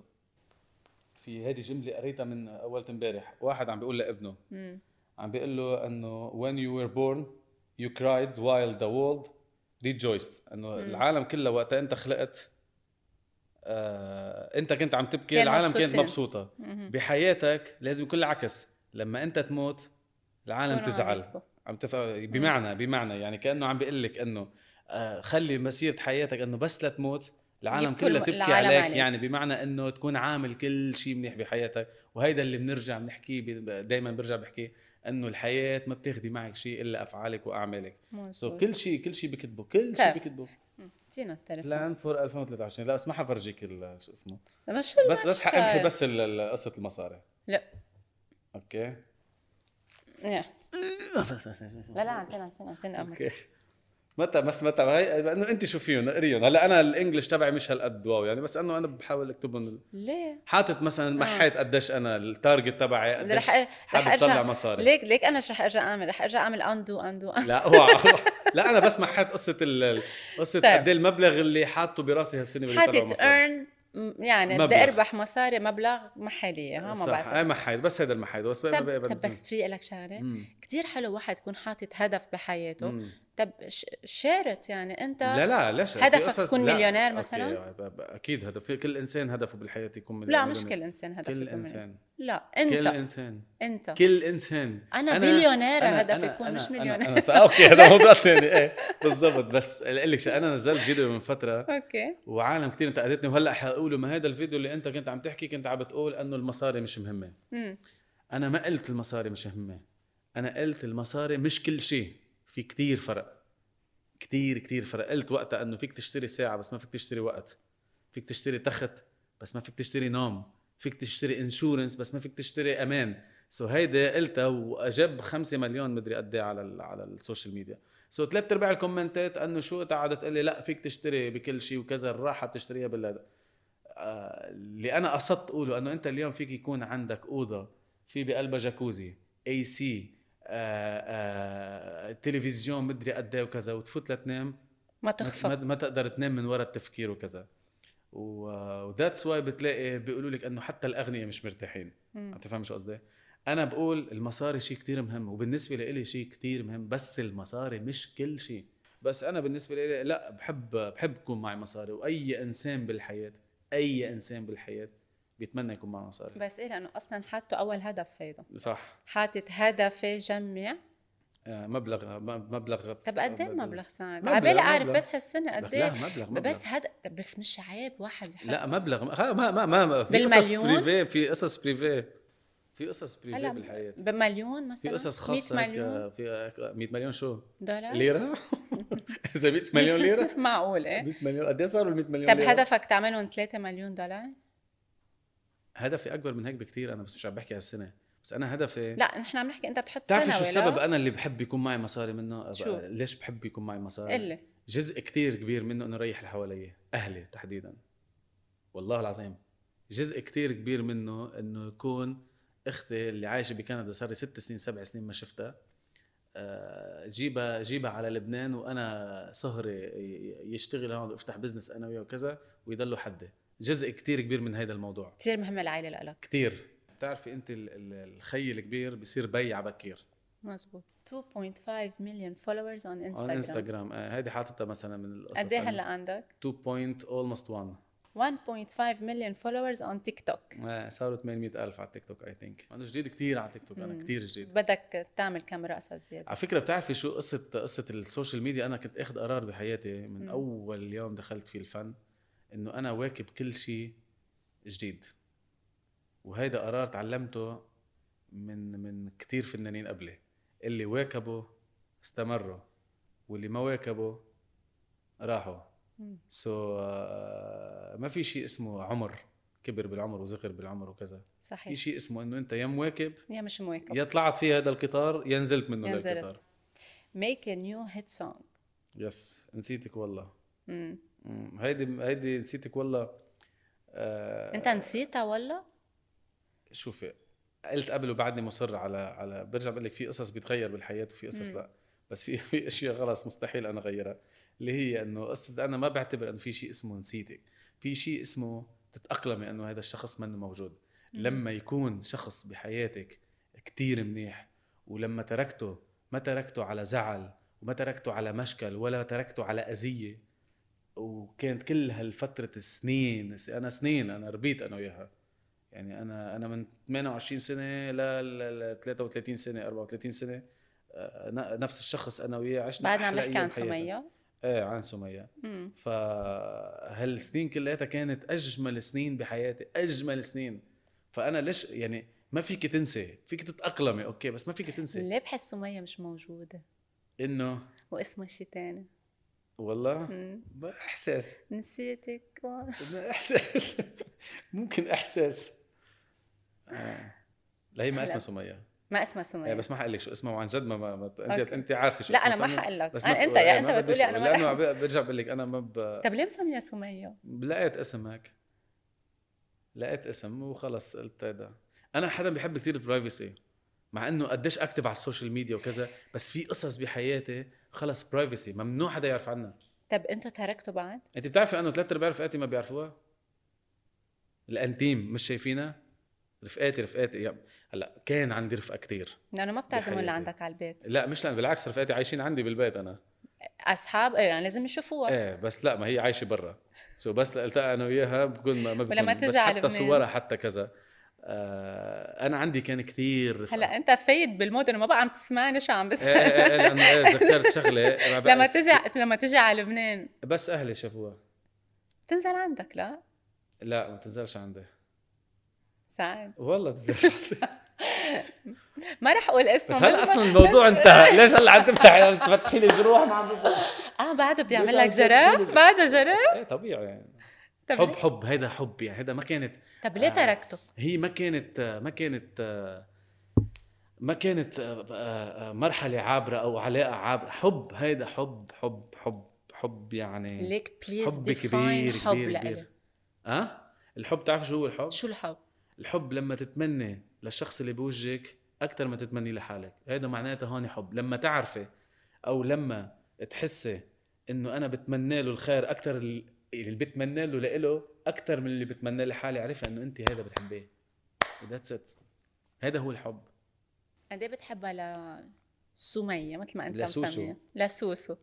S1: في هذه جمله قريتها من اول امبارح واحد عم بيقول لابنه
S2: مم.
S1: عم بيقول له انه when you were born you cried while the world rejoiced انه العالم كله وقتها انت خلقت آه انت كنت عم تبكي
S2: كانوا
S1: العالم كانت
S2: مبسوطين.
S1: مبسوطه
S2: مهم.
S1: بحياتك لازم يكون العكس لما انت تموت العالم
S2: كونوا
S1: تزعل
S2: عليكم.
S1: عم تف... آه، بمعنى بمعنى يعني كانه عم بيقول لك انه آه، خلي مسيره حياتك انه بس لا تموت العالم
S2: يبكوا
S1: كله
S2: الم-
S1: تبكي
S2: العالم
S1: عليك
S2: عليك.
S1: يعني بمعنى انه تكون عامل كل شيء منيح بحياتك وهيدا اللي بنرجع بنحكيه دائما برجع بحكيه انه الحياه ما بتاخدي معك شيء الا افعالك واعمالك سو
S2: مزبوط.
S1: كل شيء كل شيء بكتبه كل شيء
S2: طيب.
S1: بكتبه
S2: ادينا التليفون
S1: بلان فور 2023 لا بس ما حفرجيك ال- شو اسمه
S2: لما شو
S1: بس بس
S2: المشكل؟
S1: حامحي بس ال- ال- قصه المصاري
S2: لا
S1: <laughs> اوكي
S2: يا. لا لا عن جد عن جد عن جد أمل.
S1: اوكي متى بس متى هي انه انت شوفيهم اقريهم هلا انا الانجليش تبعي مش هالقد واو يعني بس انه انا بحاول اكتبهم
S2: ليه؟
S1: حاطط مثلا محيت قديش انا التارجت تبعي قديش
S2: آه. رح رح
S1: حابب
S2: ارجع
S1: طلع مصاري
S2: ليك ليك انا شو رح ارجع اعمل رح ارجع اعمل اندو اندو
S1: <laughs> لا هو لا انا بس محيت قصه ال- ال- قصه
S2: طيب.
S1: قد ايه المبلغ اللي حاطه براسي هالسنه بدي طلع
S2: حاطط
S1: مصاري
S2: ايرن يعني
S1: مبلغ.
S2: بدي اربح مصاري مبلغ محلية ها آه، ما
S1: صح
S2: بعرف
S1: اي محيت بس هذا المحيت بس بقى- بقى-
S2: طب
S1: بقى-
S2: طب بس في لك شغله
S1: مم.
S2: كثير حلو واحد يكون حاطط هدف بحياته
S1: مم.
S2: طب ش- شارت يعني انت
S1: لا لا ليش
S2: هدفك
S1: في قصص-
S2: تكون
S1: لا.
S2: مليونير
S1: أوكي،
S2: مثلاً؟
S1: ب- ب- اكيد هدف في- كل انسان هدفه بالحياه يكون مليونير
S2: لا مش كل انسان هدفه
S1: كل
S2: يكون مليونير.
S1: انسان
S2: لا
S1: كل
S2: انت
S1: انسان
S2: انت
S1: كل انسان
S2: انا بليونيرة هدفي
S1: أنا-
S2: يكون مش
S1: أنا-
S2: مليونير
S1: أنا, أنا
S2: <laughs>
S1: اوكي هذا موضوع ثاني ايه بالضبط بس اقول لك شي، انا نزلت فيديو من فتره
S2: اوكي
S1: وعالم كثير انتقدتني وهلا حقولوا ما هذا الفيديو اللي انت كنت عم تحكي كنت عم بتقول انه المصاري مش مهمه
S2: مم.
S1: انا ما قلت المصاري مش مهمه انا قلت المصاري مش كل شيء في كتير فرق كتير كتير فرق قلت وقتها انه فيك تشتري ساعه بس ما فيك تشتري وقت فيك تشتري تخت بس ما فيك تشتري نوم فيك تشتري انشورنس بس ما فيك تشتري امان سو هيدي قلتها واجاب 5 مليون مدري قد إيه على ال على السوشيال ميديا سو ثلاث ارباع الكومنتات انه شو أنت قاعده تقول لي لا فيك تشتري بكل شيء وكذا الراحه بتشتريها بالهذا آه، اللي انا قصدت اقوله انه انت اليوم فيك يكون عندك اوضه في بقلبها جاكوزي اي سي آه، تلفزيون مدري قد ايه وكذا وتفوت لتنام
S2: ما
S1: ما-
S2: تخفى
S1: ما, ما تقدر تنام من وراء التفكير وكذا وذاتس واي بتلاقي بيقولوا لك انه حتى الاغنياء مش مرتاحين
S2: مم.
S1: عم تفهم شو قصدي انا بقول المصاري شيء كتير مهم وبالنسبه لإلي شيء كتير مهم بس المصاري مش كل شيء بس انا بالنسبه لإلي لا بحب بحب يكون معي مصاري واي انسان بالحياه اي انسان بالحياه بيتمنى يكون معه مصاري
S2: بس ايه لانه اصلا حاطه اول هدف هيدا
S1: صح
S2: حاطط هدفي جمع
S1: آه، مبلغ م- مبلغ
S2: طب قد ايه مبلغ ساعد؟
S1: مبلغ-
S2: عبالي اعرف
S1: مبلغ.
S2: بس هالسنه قد
S1: لا
S2: ايه
S1: مبلغ مبلغ
S2: بس هذا بس مش عيب واحد يحط
S1: لا مبلغ ها ما ما ما- ما في قصص
S2: بالمليون؟
S1: بريفي في قصص بريفي في قصص بريفي
S2: هلا
S1: بالحياه
S2: بمليون مثلا
S1: في قصص
S2: 100
S1: خاصه هيك،
S2: مليون
S1: آه، في هيك، آه، 100 مليون شو؟
S2: دولار
S1: <laughs> ليره؟ اذا 100 مليون
S2: <laughs>
S1: ليره
S2: معقول ايه
S1: 100 مليون قد ايه صاروا ال 100 مليون
S2: طب
S1: ليرة؟
S2: هدفك تعملهم 3 مليون دولار؟
S1: هدفي اكبر من هيك بكثير انا بس مش عم بحكي هالسنه بس انا هدفي
S2: لا نحن عم نحكي انت بتحط سنه
S1: بتعرفي شو السبب
S2: ولا؟
S1: انا اللي بحب يكون معي مصاري منه؟
S2: شو؟
S1: ليش بحب يكون معي مصاري؟
S2: قلي
S1: جزء كتير كبير منه انه ريح اللي حواليه اهلي تحديدا والله العظيم جزء كتير كبير منه انه يكون اختي اللي عايشه بكندا صار لي ست سنين سبع سنين ما شفتها آه، جيبها جيبها على لبنان وانا سهري ي- يشتغل هون وافتح بزنس انا وياه وكذا ويضلوا حدي جزء كتير كبير من هذا الموضوع
S2: كثير مهمه العائله لك
S1: كتير بتعرفي انت ال- ال- الخي الكبير بصير بي على بكير
S2: مزبوط 2.5 مليون فولورز اون
S1: على
S2: انستغرام
S1: انستغرام آه، هيدي حاطتها مثلا من القصص
S2: قد ايه هلا عندك؟
S1: 2. almost 1
S2: 1.5 مليون فولورز اون تيك توك
S1: آه، صاروا 800 ألف على التيك توك اي ثينك انا جديد كتير على التيك توك انا
S2: مم.
S1: كتير جديد
S2: بدك تعمل كم رقصه زياده
S1: على فكره بتعرفي شو قصه قصه السوشيال ميديا انا كنت اخذ قرار بحياتي من
S2: مم.
S1: اول يوم دخلت في الفن انه انا واكب كل شيء جديد وهيدا قرار تعلمته من من كتير فنانين قبلي اللي واكبوا استمروا واللي ما واكبوا راحوا
S2: مم.
S1: سو ما في شيء اسمه عمر كبر بالعمر وزغر بالعمر وكذا في
S2: صحيح
S1: شيء اسمه انه انت يا مواكب
S2: يا مش مواكب
S1: يا طلعت في هذا القطار يا نزلت منه
S2: يا
S1: للقطار
S2: نزلت ميك ا نيو هيت سونج
S1: يس نسيتك والله مم، هيدي هيدي نسيتك والله آه
S2: انت نسيتها والله؟
S1: شوفي قلت قبل وبعدني مصر على على برجع بقول لك في قصص بتغير بالحياه وفي قصص
S2: مم.
S1: لا بس في في اشياء خلص مستحيل انا اغيرها اللي هي انه قصه انا ما بعتبر انه في شيء اسمه نسيتك في شيء اسمه تتاقلمي انه هذا الشخص منه موجود
S2: مم.
S1: لما يكون شخص بحياتك كتير منيح ولما تركته ما تركته على زعل وما تركته على مشكل ولا تركته على أذية وكانت كل هالفترة السنين أنا سنين أنا ربيت أنا وياها يعني أنا أنا من 28 سنة ل ل- 33 سنة 34 سنة آه، ن- نفس الشخص أنا وياه عشنا
S2: بعدنا عم
S1: أحلى
S2: نحكي
S1: أيام
S2: عن
S1: بحياتنا.
S2: سميه
S1: إيه عن سمية
S2: مم.
S1: فهالسنين كلياتها كانت اجمل سنين بحياتي اجمل سنين فانا ليش يعني ما فيك تنسي فيك تتاقلمي اوكي بس ما فيك تنسي
S2: ليه بحس سميه مش موجوده
S1: انه
S2: واسمها شي تاني
S1: والله
S2: مم.
S1: احساس
S2: نسيتك و-
S1: <laughs> احساس ممكن احساس آه. لا هي ما
S2: هلا.
S1: اسمها سميه
S2: ما اسمها سميه
S1: إيه بس ما حقول لك شو اسمها وعن جد ما, ما, ما انت
S2: أوكي.
S1: انت عارفه شو
S2: لا
S1: اسمها
S2: انا ما
S1: سمي-
S2: حقول لك
S1: بس
S2: أنا-
S1: ما
S2: انت
S1: تقول-
S2: يا
S1: إيه،
S2: انت
S1: ما بدي
S2: بتقولي
S1: اسمه،
S2: انا ما
S1: لانه عم- برجع بقول لك انا ما ب...
S2: طب ليه مسميها سميه؟
S1: لقيت اسم هيك لقيت اسم وخلص قلت هيدا انا حدا بيحب كتير البرايفسي مع انه قديش اكتف على السوشيال ميديا وكذا بس في قصص بحياتي خلص برايفسي ممنوع حدا يعرف عنها
S2: طب انتوا تركتوا بعض؟
S1: انت بتعرفي انه ثلاث ارباع رفقاتي ما بيعرفوها الانتيم مش شايفينها رفقاتي رفقاتي يعني هلا كان عندي رفقه كتير
S2: لانه ما بتعزموا اللي
S1: بحياتي.
S2: عندك على البيت
S1: لا مش لأن بالعكس رفقاتي عايشين عندي بالبيت انا
S2: اصحاب ايه يعني لازم يشوفوها
S1: ايه بس لا ما هي عايشه برا سو بس التقى انا وياها بكون ما, ما بكون
S2: ولما
S1: بس
S2: ترجع على
S1: حتى
S2: لبنان.
S1: صورها حتى كذا آه انا عندي كان كثير إيه، رفقه
S2: هلا انت فايت بالمود انه ما بقى عم تسمعني شو عم
S1: ايه
S2: بسمع
S1: ايه
S2: <laughs>
S1: ايه لانه ايه ذكرت شغله أنا بقى-
S2: لما تزع لما تجي على لبنان
S1: بس اهلي شافوها
S2: تنزل عندك لا
S1: لا ما تنزلش عندي
S2: سعد
S1: والله <laughs> تنزلش عندي
S2: ما رح اقول
S1: بس
S2: اسمه
S1: هلا اصلا الموضوع انتهى ليش هلا عم تفتحي عم تفتحي لي جروح ما عم <laughs> بقول
S2: اه بعده
S1: ليش
S2: بيعمل
S1: عم
S2: لك جراح
S1: تحكي لي؟
S2: بعده جراح
S1: ايه طبيعي يعني
S2: طب
S1: حب
S2: ليه-
S1: حب هيدا حب يعني هيدا ما كانت
S2: طب ليه
S1: آه.
S2: تركته؟
S1: هي ما كانت ما كانت ما كانت آه، آه، آه، مرحلة عابرة أو علاقة عابرة حب هيدا حب حب حب حب يعني
S2: ليك بليز
S1: حب
S2: ديفاين
S1: كبير
S2: حب
S1: كبير
S2: لإلي
S1: كبير أه؟ الحب تعرف شو هو الحب؟
S2: شو الحب؟
S1: الحب لما تتمنى للشخص اللي بوجهك أكثر ما تتمني لحالك هيدا معناتها هون حب لما تعرفي أو لما تحسي إنه أنا بتمنى له الخير أكثر اللي بتمنى له لإله أكثر من اللي بتمنى لحالي عرفها إنه أنت هيدا بتحبيه وذاتس إت هيدا هو الحب
S2: قد ايه بتحبها لسمية مثل ما انت
S1: لسوسو.
S2: مسميها لسوسو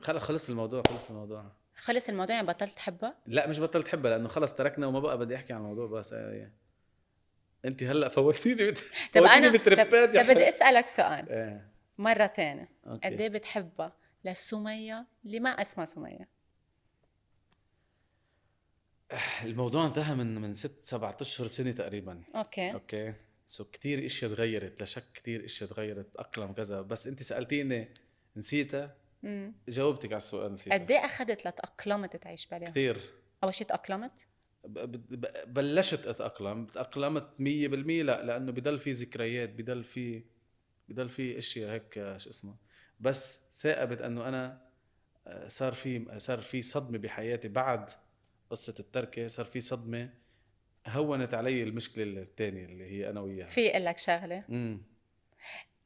S1: خلص خلص الموضوع خلص الموضوع
S2: خلص الموضوع يعني بطلت تحبها؟
S1: لا مش بطلت حبها لانه خلص تركنا وما بقى بدي احكي عن الموضوع بس يعني. انت هلا فوتيني <laughs> بت...
S2: طب انا
S1: فوتيني بتربات
S2: طب, طب بدي اسالك سؤال
S1: ايه
S2: مرة تانية
S1: اوكي
S2: قد ايه بتحبها لسمية اللي ما اسمها سمية
S1: الموضوع انتهى من من ست سبعة اشهر سنه تقريبا
S2: اوكي
S1: اوكي سو كثير اشياء تغيرت لا شك كثير اشياء تغيرت تاقلم كذا بس انت سالتيني نسيتها
S2: أمم.
S1: جاوبتك على السؤال
S2: قد إيه؟
S1: نسيتها
S2: ايه اخذت لتاقلمت تعيش بلا
S1: كثير
S2: اول شيء تاقلمت
S1: ب- ب- بلشت اتاقلم تاقلمت 100% لا لانه بضل في ذكريات بضل في بضل في اشياء هيك آه، شو اسمه بس ثاقبت انه انا آه، صار في صار في صدمه بحياتي بعد قصه التركه صار في صدمه هونت علي المشكله الثانيه اللي هي انا وياها
S2: في اقول لك شغله
S1: امم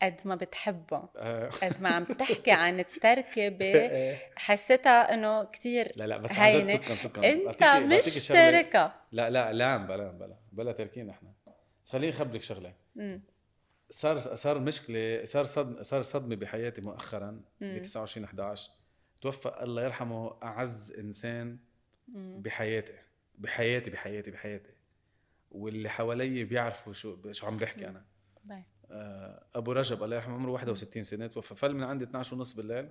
S2: قد ما بتحبها <laughs>
S1: آه.
S2: قد ما عم تحكي
S1: <laughs>
S2: عن التركه ب- حسيتها انه كثير
S1: لا لا بس عن جد
S2: إيه. هينة.
S1: صدقا صدقا
S2: انت
S1: آه، بعطيكي- بعطيكي
S2: مش
S1: شغلة-
S2: تركه
S1: لا لا لا بلا بلا بلا تركين احنا بس خليني اخبرك شغله
S2: أمم.
S1: صار صار مشكله صار صدم صار صدمه بحياتي مؤخرا ب
S2: مم.
S1: 29 11 توفى الله يرحمه اعز انسان
S2: أمم.
S1: بحياتي بحياتي بحياتي بحياتي واللي حوالي بيعرفوا شو شو عم بحكي انا
S2: باي.
S1: آه، ابو رجب الله يرحمه عمره 61 سنه توفى فل من عندي 12 ونص بالليل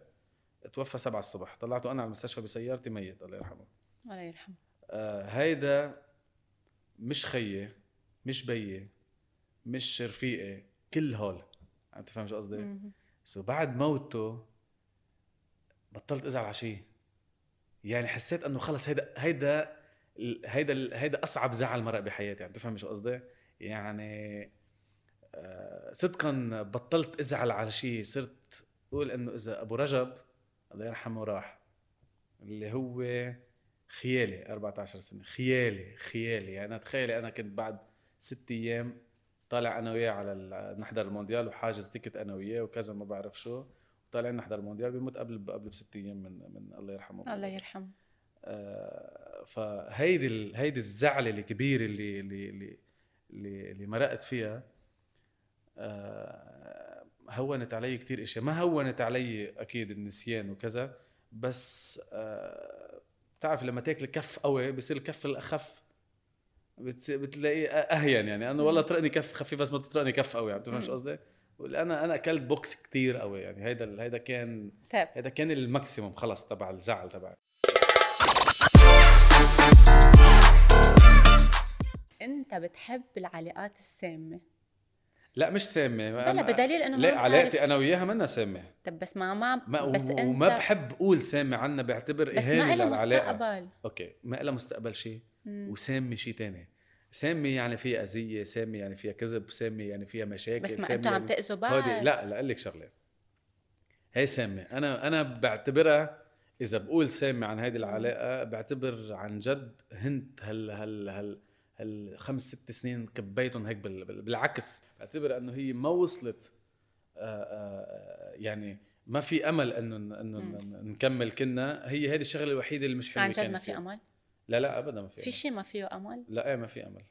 S1: توفى 7 الصبح طلعته انا على المستشفى بسيارتي ميت الله يرحمه
S2: الله يرحمه
S1: آه، هيدا مش خيي مش بيي مش رفيقي كل هول عم تفهم شو قصدي؟
S2: أمم.
S1: سو بعد موته بطلت ازعل على شيء يعني حسيت انه خلص هيدا هيدا ال- هيدا ال- هيدا اصعب زعل مرق بحياتي عم تفهم شو قصدي؟ يعني آه، صدقا بطلت ازعل على شيء صرت اقول انه اذا ابو رجب الله يرحمه راح اللي هو خيالي 14 سنه خيالي خيالي يعني أنا تخيلي انا كنت بعد ست ايام طالع انا وياه على ال- نحضر المونديال وحاجز تيكت انا وياه وكذا ما بعرف شو طالعين نحضر المونديال بيموت قبل قبل بست ايام من من الله يرحمه
S2: الله يرحمه
S1: آه، فهيدي ال- هيدي الزعله الكبيره اللي اللي اللي اللي, اللي مرقت فيها آه، هونت علي كتير اشياء ما هونت علي اكيد النسيان وكذا بس آه، بتعرف لما تاكل كف قوي بصير الكف الاخف بتس- بتلاقيه أ- اهين يعني انا والله طرقني كف خفيف بس ما تطرقني كف قوي عم تفهم شو
S2: مم.
S1: قصدي؟ انا انا اكلت بوكس كتير قوي يعني هيدا ال- هيدا كان
S2: طيب
S1: هذا كان الماكسيموم خلص تبع الزعل تبعي
S2: انت بتحب العلاقات السامه
S1: لا مش سامه
S2: بلا
S1: أنا-
S2: بدليل انه ما
S1: لا علاقتي
S2: بتعرف
S1: انا وياها منا سامه
S2: طب بس ما ما
S1: ما
S2: بس انت
S1: وما بحب اقول سامه عنا بعتبر
S2: بس
S1: اهانه
S2: ما له
S1: للعلاقه
S2: مستقبل
S1: اوكي ما لها مستقبل شيء
S2: مم.
S1: وسامه شيء تاني سامي يعني فيها اذيه سامي يعني فيها كذب سامي يعني فيها مشاكل
S2: بس ما
S1: سامي
S2: انتم عم
S1: يعني-
S2: تاذوا بعض
S1: هودي لا لا اقول لك شغله هي سامه انا انا بعتبرها اذا بقول سامه عن هيدي العلاقه بعتبر عن جد هنت هال هال هال هال خمس ست سنين كبيتهم هيك بال بال- بالعكس بعتبر انه هي ما وصلت آه، آه، يعني ما في امل انه انه
S2: مم.
S1: نكمل كنا هي هيدي الشغله الوحيده اللي مش حلوه
S2: عن جد
S1: كانت
S2: ما في
S1: فيها.
S2: امل
S1: لا لا ابدا ما في
S2: في
S1: أمل.
S2: شيء ما فيه امل
S1: لا ايه ما في امل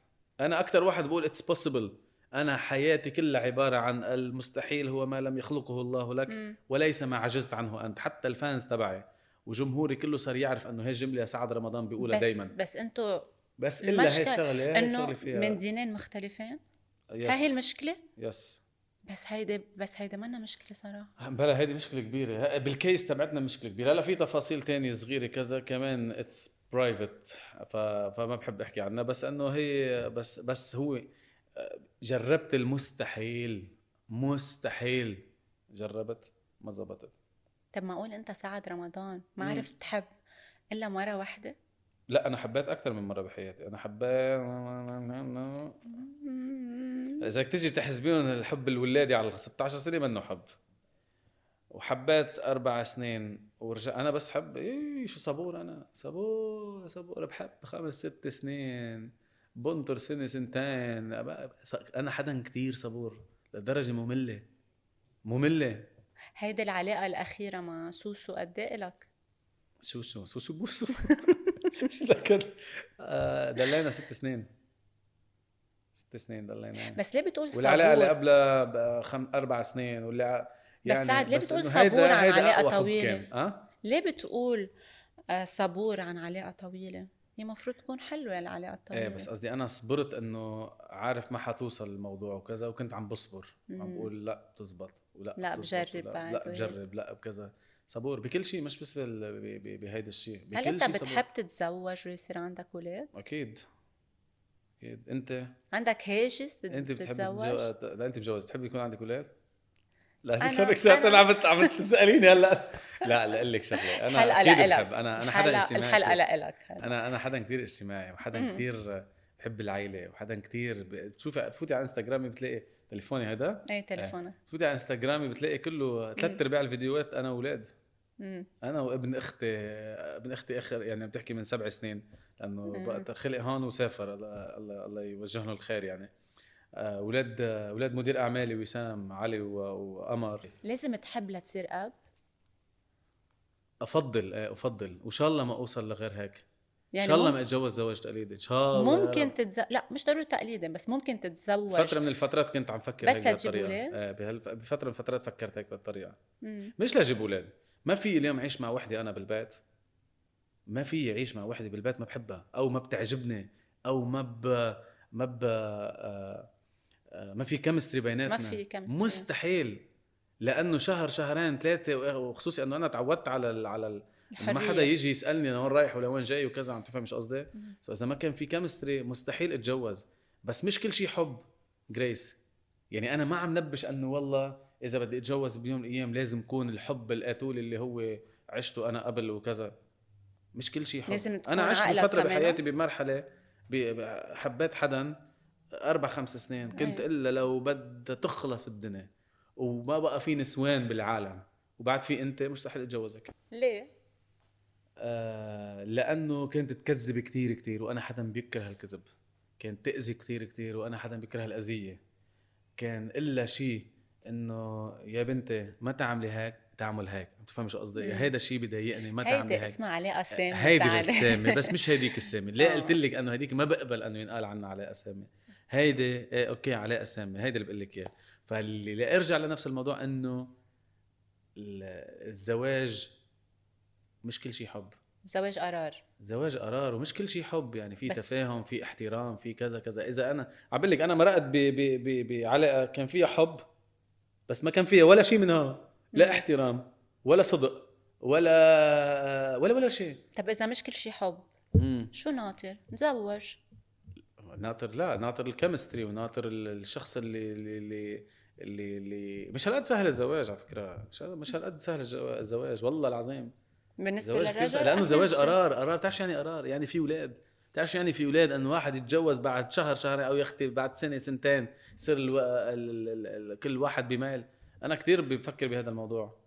S1: انا اكثر واحد بقول اتس بوسيبل انا حياتي كلها عباره عن المستحيل هو ما لم يخلقه الله لك
S2: مم.
S1: وليس ما عجزت عنه انت حتى الفانز تبعي وجمهوري كله صار يعرف انه هي الجمله سعد رمضان بيقولها
S2: بس
S1: دائما
S2: بس انتم
S1: بس الا هي
S2: المشكلة
S1: الشغله هي
S2: انه
S1: الشغله يعني فيها
S2: من دينين مختلفين
S1: يس
S2: هاي هي المشكله
S1: يس
S2: بس هيدي بس هيدي منا مشكله صراحه
S1: بلا هيدي مشكله كبيره ه- بالكيس تبعتنا مشكله كبيره هلا في تفاصيل تانية صغيره كذا كمان اتس برايفت فما بحب احكي عنها بس انه هي بس بس هو آه، جربت المستحيل مستحيل جربت ما زبطت
S2: طب ما اقول انت سعد رمضان ما
S1: مم.
S2: عرفت تحب الا مره واحده
S1: لا انا حبيت اكثر من مره بحياتي انا حبيت اذا بدك تيجي تحسبيهم الحب الولادي على 16 سنه منه حب وحبيت اربع سنين ورجع انا بس حب ايه شو صبور انا صبور صبور بحب خمس ست سنين بنطر سنه سنتين انا حدا كتير صبور لدرجه ممله ممله
S2: هيدي العلاقه الاخيره مع سوسو قد ايه لك
S1: شو شو شو <laughs> شو بوسو ذكر آه، دلينا ست سنين ست سنين دلينا
S2: بس ليه بتقول
S1: والعلاقه اللي
S2: صبور
S1: قبلها ب- خم... اربع سنين واللي ع- يعني
S2: بس سعد، ليه بتقول
S1: إنه هيدا-
S2: صبور عن
S1: هيدا
S2: علاقة
S1: أقوى حب
S2: طويلة؟
S1: كان، أه؟
S2: ليه بتقول آه، صبور عن علاقه طويله هي المفروض تكون حلوه العلاقه الطويله
S1: ايه بس قصدي انا صبرت انه عارف ما حتوصل الموضوع وكذا وكنت عم بصبر عم
S2: مم.
S1: بقول لا بتزبط ولا
S2: لا،
S1: بتزبط
S2: بجرب
S1: ولا-
S2: بعد
S1: لا
S2: وهيك.
S1: بجرب لا بكذا صبور بكل شيء مش بس بال... ب... ب... بهيدا الشيء بكل
S2: هل انت
S1: شيء صبور.
S2: بتحب تتزوج ويصير عندك اولاد؟
S1: اكيد اكيد انت
S2: عندك هاجس تت-
S1: انت بتحب
S2: تتزوج؟
S1: تتزوج لا انت متجوز بتحبي يكون عندك اولاد؟ لا
S2: أنا-
S1: لسانك ساعتين
S2: أنا-
S1: عم بت- عم تساليني هلا لا لا اقول لك شغله انا
S2: حلقة
S1: أكيد
S2: لإلك.
S1: بحب انا انا حدا
S2: الحلقه
S1: اجتماعي
S2: الحلقه
S1: كتير.
S2: لإلك هلا.
S1: انا انا حدا كثير اجتماعي وحدا
S2: مم.
S1: كثير بحب العيله وحدا كثير بتشوفي بتفوتي على انستغرامي بتلاقي تليفوني هذا
S2: اي تليفونك
S1: بتفوتي على انستغرامي بتلاقي كله ثلاث ارباع الفيديوهات انا واولاد
S2: مم.
S1: انا وابن اختي ابن اختي اخر يعني عم تحكي من سبع سنين لانه
S2: مم.
S1: بقى خلق هون وسافر الله الله, الله يوجه له الخير يعني آه، اولاد آه، اولاد مدير اعمالي وسام علي و- وقمر
S2: لازم تحب لتصير اب
S1: افضل آه، افضل وان شاء الله ما اوصل لغير هيك ان
S2: يعني
S1: شاء الله
S2: مم-
S1: ما اتجوز زواج تقليدي ان شاء الله يا
S2: ممكن
S1: رب.
S2: تتزوج لا مش ضروري تقليدا بس ممكن تتزوج
S1: فتره من الفترات كنت عم فكر
S2: بس
S1: هيك
S2: لتجيب
S1: بهالطريقة.
S2: أولاد؟
S1: آه، بهالف- بفتره من الفترات فكرت هيك بالطريقه
S2: مم.
S1: مش لاجيب اولاد ما في اليوم اعيش مع وحده انا بالبيت ما في اعيش مع وحده بالبيت ما بحبها او ما بتعجبني او ما ب ما ب آه، آه، ما في كيمستري بيناتنا
S2: ما في كم سنة.
S1: مستحيل لانه شهر شهرين ثلاثه وخصوصي انه انا تعودت على ال- على ال- إنه ما
S2: الحرية.
S1: حدا يجي يسالني لوين رايح ولا وين جاي وكذا عم تفهم مش قصدي
S2: مم.
S1: سو اذا ما كان في كيمستري مستحيل اتجوز بس مش كل شيء حب جريس يعني انا ما عم نبش انه والله اذا بدي اتجوز بيوم من الايام لازم يكون الحب القاتول اللي هو عشته انا قبل وكذا مش كل شيء حب
S2: لازم تكون
S1: انا عشت
S2: عقلك
S1: بفتره
S2: كمان. آه.
S1: بحياتي بمرحله ب- ب- حبيت حدا اربع خمس سنين كنت
S2: أيوة.
S1: الا لو بدها تخلص الدنيا وما بقى في نسوان بالعالم وبعد في انت مستحيل اتجوزك
S2: ليه؟
S1: آه، لانه كانت تكذب كتير كتير وانا حدا بيكره الكذب كانت تاذي كتير كتير وانا حدا بيكره الاذيه كان الا شيء انه يا بنتي ما تعملي هيك تعمل هيك بتفهم شو قصدي
S2: مم.
S1: هيدا الشيء بضايقني ما تعملي
S2: هيدي
S1: هيك
S2: اسمها علاقه سامه
S1: هيدي
S2: سعد.
S1: السامه بس مش هيديك السامه ليه
S2: <laughs> آه.
S1: قلت لك انه هيديك ما بقبل انه ينقال عنها علاقه سامه هيدي ايه اوكي علاقه سامه هيدي اللي بقول لك اياه فاللي لا ارجع لنفس الموضوع انه ال- الزواج مش كل شيء حب
S2: <laughs> زواج قرار
S1: زواج قرار ومش كل شيء حب يعني في
S2: بس-
S1: تفاهم في احترام في كذا كذا اذا انا عم بقول لك انا مرقت ب- ب- ب- بعلاقه كان فيها حب بس ما كان فيها ولا شيء منها لا
S2: مم.
S1: احترام ولا صدق ولا ولا ولا شيء
S2: طب اذا مش كل شيء حب
S1: مم.
S2: شو ناطر؟ تزوج
S1: ناطر لا ناطر الكيمستري وناطر ال- الشخص اللي اللي اللي اللي, اللي مش هالقد سهل الزواج على فكره مش هال- مش هالقد سهل الجوا- الزواج والله العظيم
S2: بالنسبه
S1: زواج كتير
S2: للرجل
S1: سهل لانه
S2: أحسن
S1: زواج
S2: شيء.
S1: قرار قرار بتعرف شو يعني قرار يعني في اولاد بتعرف شو يعني في اولاد انه واحد يتجوز بعد شهر شهرين او يختي بعد سنه سنتين يصير الو... ال... ال... ال... كل واحد بمال انا كثير بفكر بهذا الموضوع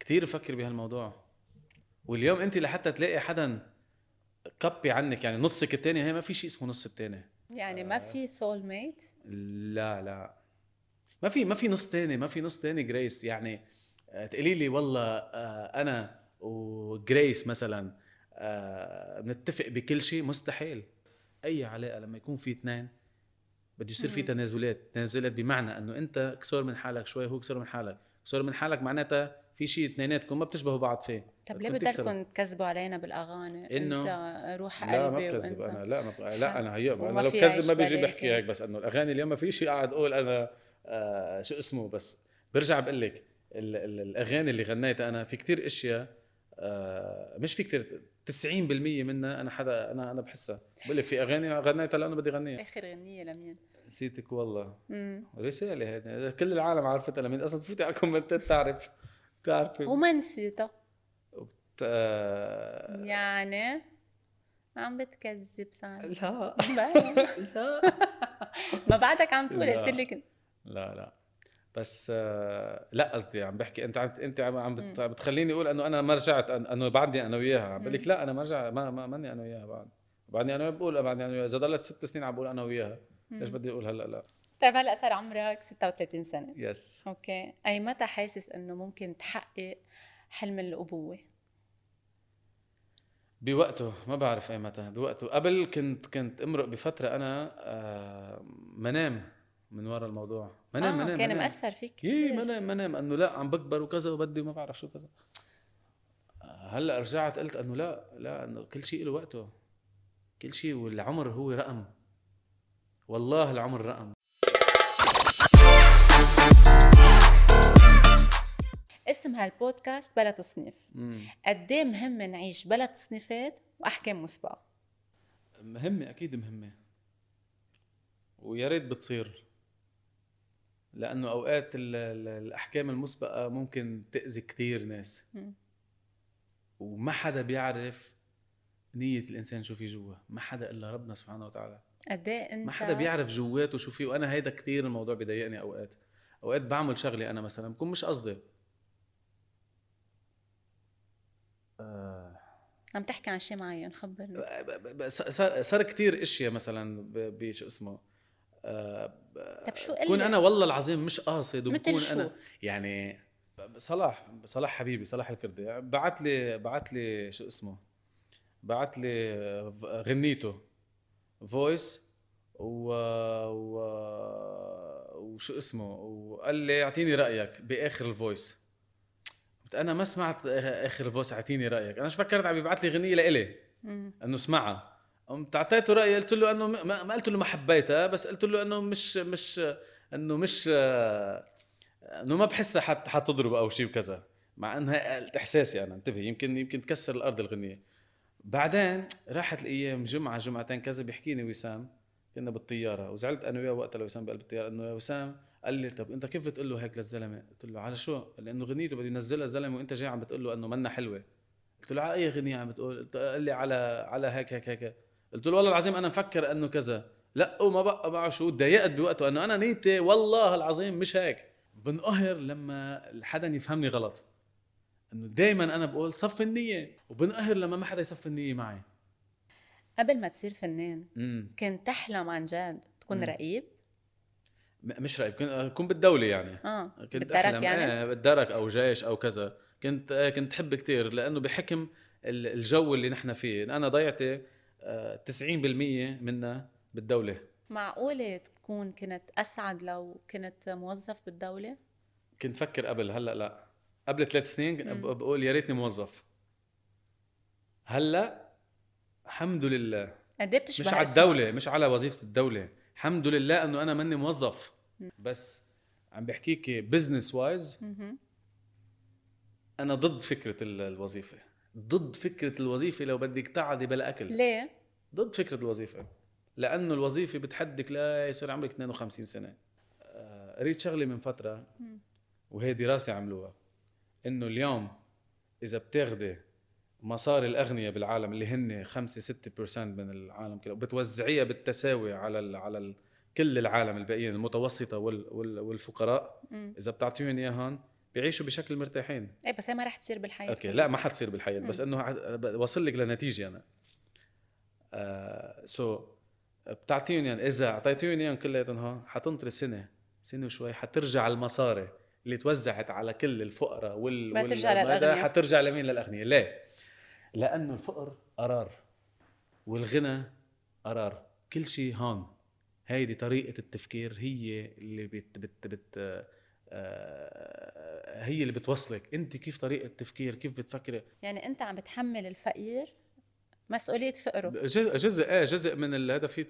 S1: كثير بفكر بهالموضوع واليوم انت لحتى تلاقي حدا كبي عنك يعني نصك الثاني هي ما في شيء اسمه نص الثاني
S2: يعني ما في سول ميت
S1: لا لا ما في ما في نص تاني ما في نص تاني جريس يعني آه، تقولي لي والله آه، انا وجريس مثلا آه، بنتفق بكل شيء مستحيل اي علاقه لما يكون في اثنين بده يصير في
S2: مم.
S1: تنازلات تنازلات بمعنى انه انت كسور من حالك شوي هو كسور من حالك كسور من حالك معناتها في شيء اثنيناتكم ما بتشبهوا بعض فيه
S2: طب ليه
S1: بدك
S2: بدكم
S1: سبب.
S2: تكذبوا علينا بالاغاني؟
S1: إنه-
S2: انت روح
S1: لا ما
S2: قلبي
S1: بكذب
S2: وأنت-
S1: انا لا ما بق- لا انا هي
S2: وما
S1: انا لو
S2: في
S1: بكذب ما
S2: عيش يعني.
S1: بيجي
S2: بلاكي.
S1: بحكي هيك بس انه الاغاني اليوم ما في شيء قاعد اقول انا آه شو اسمه بس برجع بقول لك ال- ال- الاغاني اللي غنيتها انا في كتير اشياء آه مش في كتير 90% منها انا حدا انا انا بحسها بقول لك في اغاني غنيتها لانه بدي غنيها
S2: اخر غنيه لمين؟
S1: نسيتك والله
S2: مم.
S1: رساله هذه كل العالم عرفتها لمين اصلا تفوتي على الكومنتات تعرف بتعرفي
S2: وما نسيتها
S1: آه
S2: يعني عم بتكذب
S1: <laughs>
S2: سعد <laughs>
S1: لا
S2: بقى.
S1: <laughs> لا
S2: ما بعدك عم تقول
S1: لا.
S2: قلت لك
S1: لا لا بس آه، لا قصدي عم بحكي انت عم انت عم عم بت-
S2: مم.
S1: عم بتخليني اقول انه انا ما رجعت أن- انه بعدني انا وياها عم بقول لك
S2: مم.
S1: لا انا ما رجع ما ما ماني انا وياها بعد بعدني انا بقول بعدني انا وياها اذا ضلت ست سنين عم بقول انا وياها ليش بدي اقول هلا لا
S2: طيب هلا صار عمرك 36 سنه
S1: يس
S2: اوكي اي متى حاسس انه ممكن تحقق حلم الابوه
S1: بوقته ما بعرف اي متى بوقته قبل كنت كنت امرق بفتره انا آه، منام من ورا الموضوع منام
S2: آه،
S1: منام
S2: كان
S1: منام.
S2: مأثر فيك
S1: يي
S2: كثير
S1: منام منام انه لا عم بكبر وكذا وبدي وما بعرف شو كذا هلا رجعت قلت انه لا لا انه كل شيء له وقته كل شيء والعمر هو رقم والله العمر رقم
S2: اسم هالبودكاست بلا تصنيف
S1: مم.
S2: قد ايه مهم نعيش بلا تصنيفات واحكام مسبقه
S1: مهمة أكيد مهمة ويا ريت بتصير لأنه أوقات ال- ال- الأحكام المسبقة ممكن تأذي كثير ناس
S2: مم.
S1: وما حدا بيعرف نية الإنسان شو في جوا ما حدا إلا ربنا سبحانه وتعالى
S2: قد ايه انت
S1: ما حدا بيعرف جواته شو فيه وانا هيدا كتير الموضوع بيضايقني اوقات اوقات بعمل شغله انا مثلا بكون مش قصدي آه،
S2: عم تحكي عن شيء معين خبرني
S1: ب- ب- ب- صار صار كتير اشياء مثلا ب- بشو اسمه آه، ب-
S2: طب طيب شو
S1: بكون
S2: قلت؟
S1: انا والله العظيم مش قاصد وبكون
S2: مثل شو؟
S1: انا يعني صلاح صلاح حبيبي صلاح الكردي بعت لي بعت لي شو اسمه بعت لي غنيته فويس و... و... وشو اسمه وقال لي اعطيني رايك باخر الفويس قلت انا ما سمعت اخر الفويس اعطيني رايك انا شو فكرت عم يبعت لي غنيه لإلي
S2: مم.
S1: انه اسمعها قمت اعطيته رايي قلت له انه ما- ما, ما قلت له ما حبيتها بس قلت له انه مش مش انه مش آه، انه ما بحسها حت حتضرب او شيء وكذا مع انها قلت احساسي انا انتبه يمكن يمكن تكسر الارض الغنيه بعدين راحت الايام جمعه جمعتين كذا بيحكيني وسام كنا بالطياره وزعلت انا وياه وقتها لوسام بقلب الطياره انه يا وسام قال لي طب انت كيف بتقول له هيك للزلمه؟ قلت له على شو؟ لانه غنيته بده ينزلها زلمه وانت جاي عم بتقول له انه منا حلوه قلت له على اي غنية عم بتقول قلت- قال لي على على هيك هيك هيك قلت له والله العظيم انا مفكر انه كذا لا وما بقى معه شو تضايقت بوقته انه انا نيتي والله العظيم مش هيك بنقهر لما حدا يفهمني غلط انه دائما انا بقول صف النية وبنقهر لما ما حدا يصف النية معي
S2: قبل ما تصير فنان
S1: امم
S2: كنت تحلم عن جد تكون
S1: مم.
S2: رقيب
S1: مش رايب كنت كنت بالدولة يعني
S2: اه
S1: كنت
S2: بالدرك
S1: أحلم
S2: يعني؟
S1: آه بالدرك او جيش او كذا كنت آه كنت حب كتير لانه بحكم ال- الجو اللي نحن فيه انا ضيعتي آه 90% منها بالدوله
S2: معقولة تكون كنت أسعد لو كنت موظف بالدولة؟
S1: كنت فكر قبل هلا لا قبل ثلاث سنين كنت
S2: مم.
S1: ب- بقول يا ريتني موظف هلا الحمد لله
S2: قد إيه بتشبه
S1: مش على
S2: اسمك؟
S1: الدولة مش على وظيفة الدولة الحمد لله انه انا ماني موظف بس عم بحكيك بزنس وايز
S2: مهم.
S1: انا ضد فكرة ال- الوظيفة ضد فكرة الوظيفة لو بدك تعدي بلا اكل
S2: ليه؟
S1: ضد فكره الوظيفه لانه الوظيفه بتحدك لا يصير عمرك 52 سنه آه، قريت شغله من فتره
S2: مم.
S1: وهي دراسه عملوها انه اليوم اذا بتاخدي مصاري الاغنياء بالعالم اللي هن 5 6% من العالم كله بتوزعيها بالتساوي على ال على ال كل العالم الباقيين المتوسطه وال وال والفقراء
S2: مم.
S1: اذا بتعطيهم اياهن بيعيشوا بشكل مرتاحين
S2: ايه بس هي ما رح تصير بالحياه
S1: اوكي لا ما حتصير بالحياه
S2: مم.
S1: بس انه عد- وصل لك لنتيجه انا سو بتعطيهم يعني اذا اعطيتيهم اياهم كلياتهم ها حتنطري سنه سنه وشوي حترجع المصاري اللي توزعت على كل الفقراء وال
S2: ما ترجع
S1: والمدى
S2: للأغنياء.
S1: حترجع لمين للاغنياء ليه؟ لانه الفقر قرار والغنى قرار كل شيء هون هيدي طريقة التفكير هي اللي بت بت بت آه، هي اللي بتوصلك انت كيف طريقة تفكير كيف بتفكري
S2: يعني انت عم بتحمل الفقير مسؤوليه فقره
S1: جزء جزء ايه جزء من الهدف في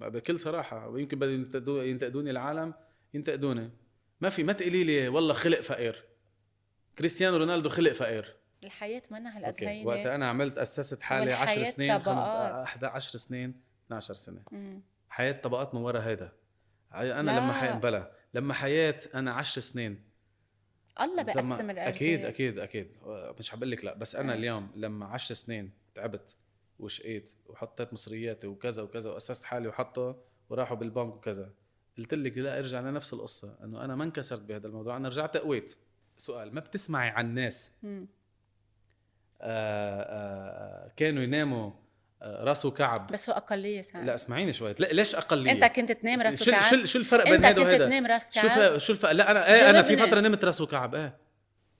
S1: بكل صراحه ويمكن بدي ينتقدو- ينتقدوني العالم ينتقدوني ما في ما تقولي لي والله خلق فقير كريستيانو رونالدو خلق فقير
S2: الحياه منا هالقد
S1: اوكي
S2: هينه
S1: وقت انا عملت اسست حالي
S2: والحياة
S1: 10 سنين خمس
S2: طبقات.
S1: 11 سنين 12 سنه
S2: مم.
S1: حياه طبقات من ورا هيدا عي- انا
S2: لا.
S1: لما حي... بلا لما حياه انا 10 سنين
S2: الله
S1: زما-
S2: بقسم الارزاق
S1: اكيد اكيد اكيد آه، مش حبقول لك لا بس انا
S2: آه.
S1: اليوم لما 10 سنين تعبت وشقيت وحطيت مصرياتي وكذا وكذا واسست حالي وحطه وراحوا بالبنك وكذا قلت لك لا ارجع لنفس القصه انه انا ما انكسرت بهذا الموضوع انا رجعت قويت سؤال ما بتسمعي عن ناس
S2: مم.
S1: آه، آه، آه، كانوا يناموا آه، راسه كعب
S2: بس هو اقليه سعد
S1: لا اسمعيني شوي لا، ليش اقليه
S2: انت كنت تنام راسك
S1: شو شو شو الفرق بين
S2: انت
S1: هذا
S2: كنت
S1: وهذا
S2: تنام راسك
S1: شو الف- شو الفرق لا انا ايه انا في
S2: جاوبني.
S1: فتره نمت راس وكعب ايه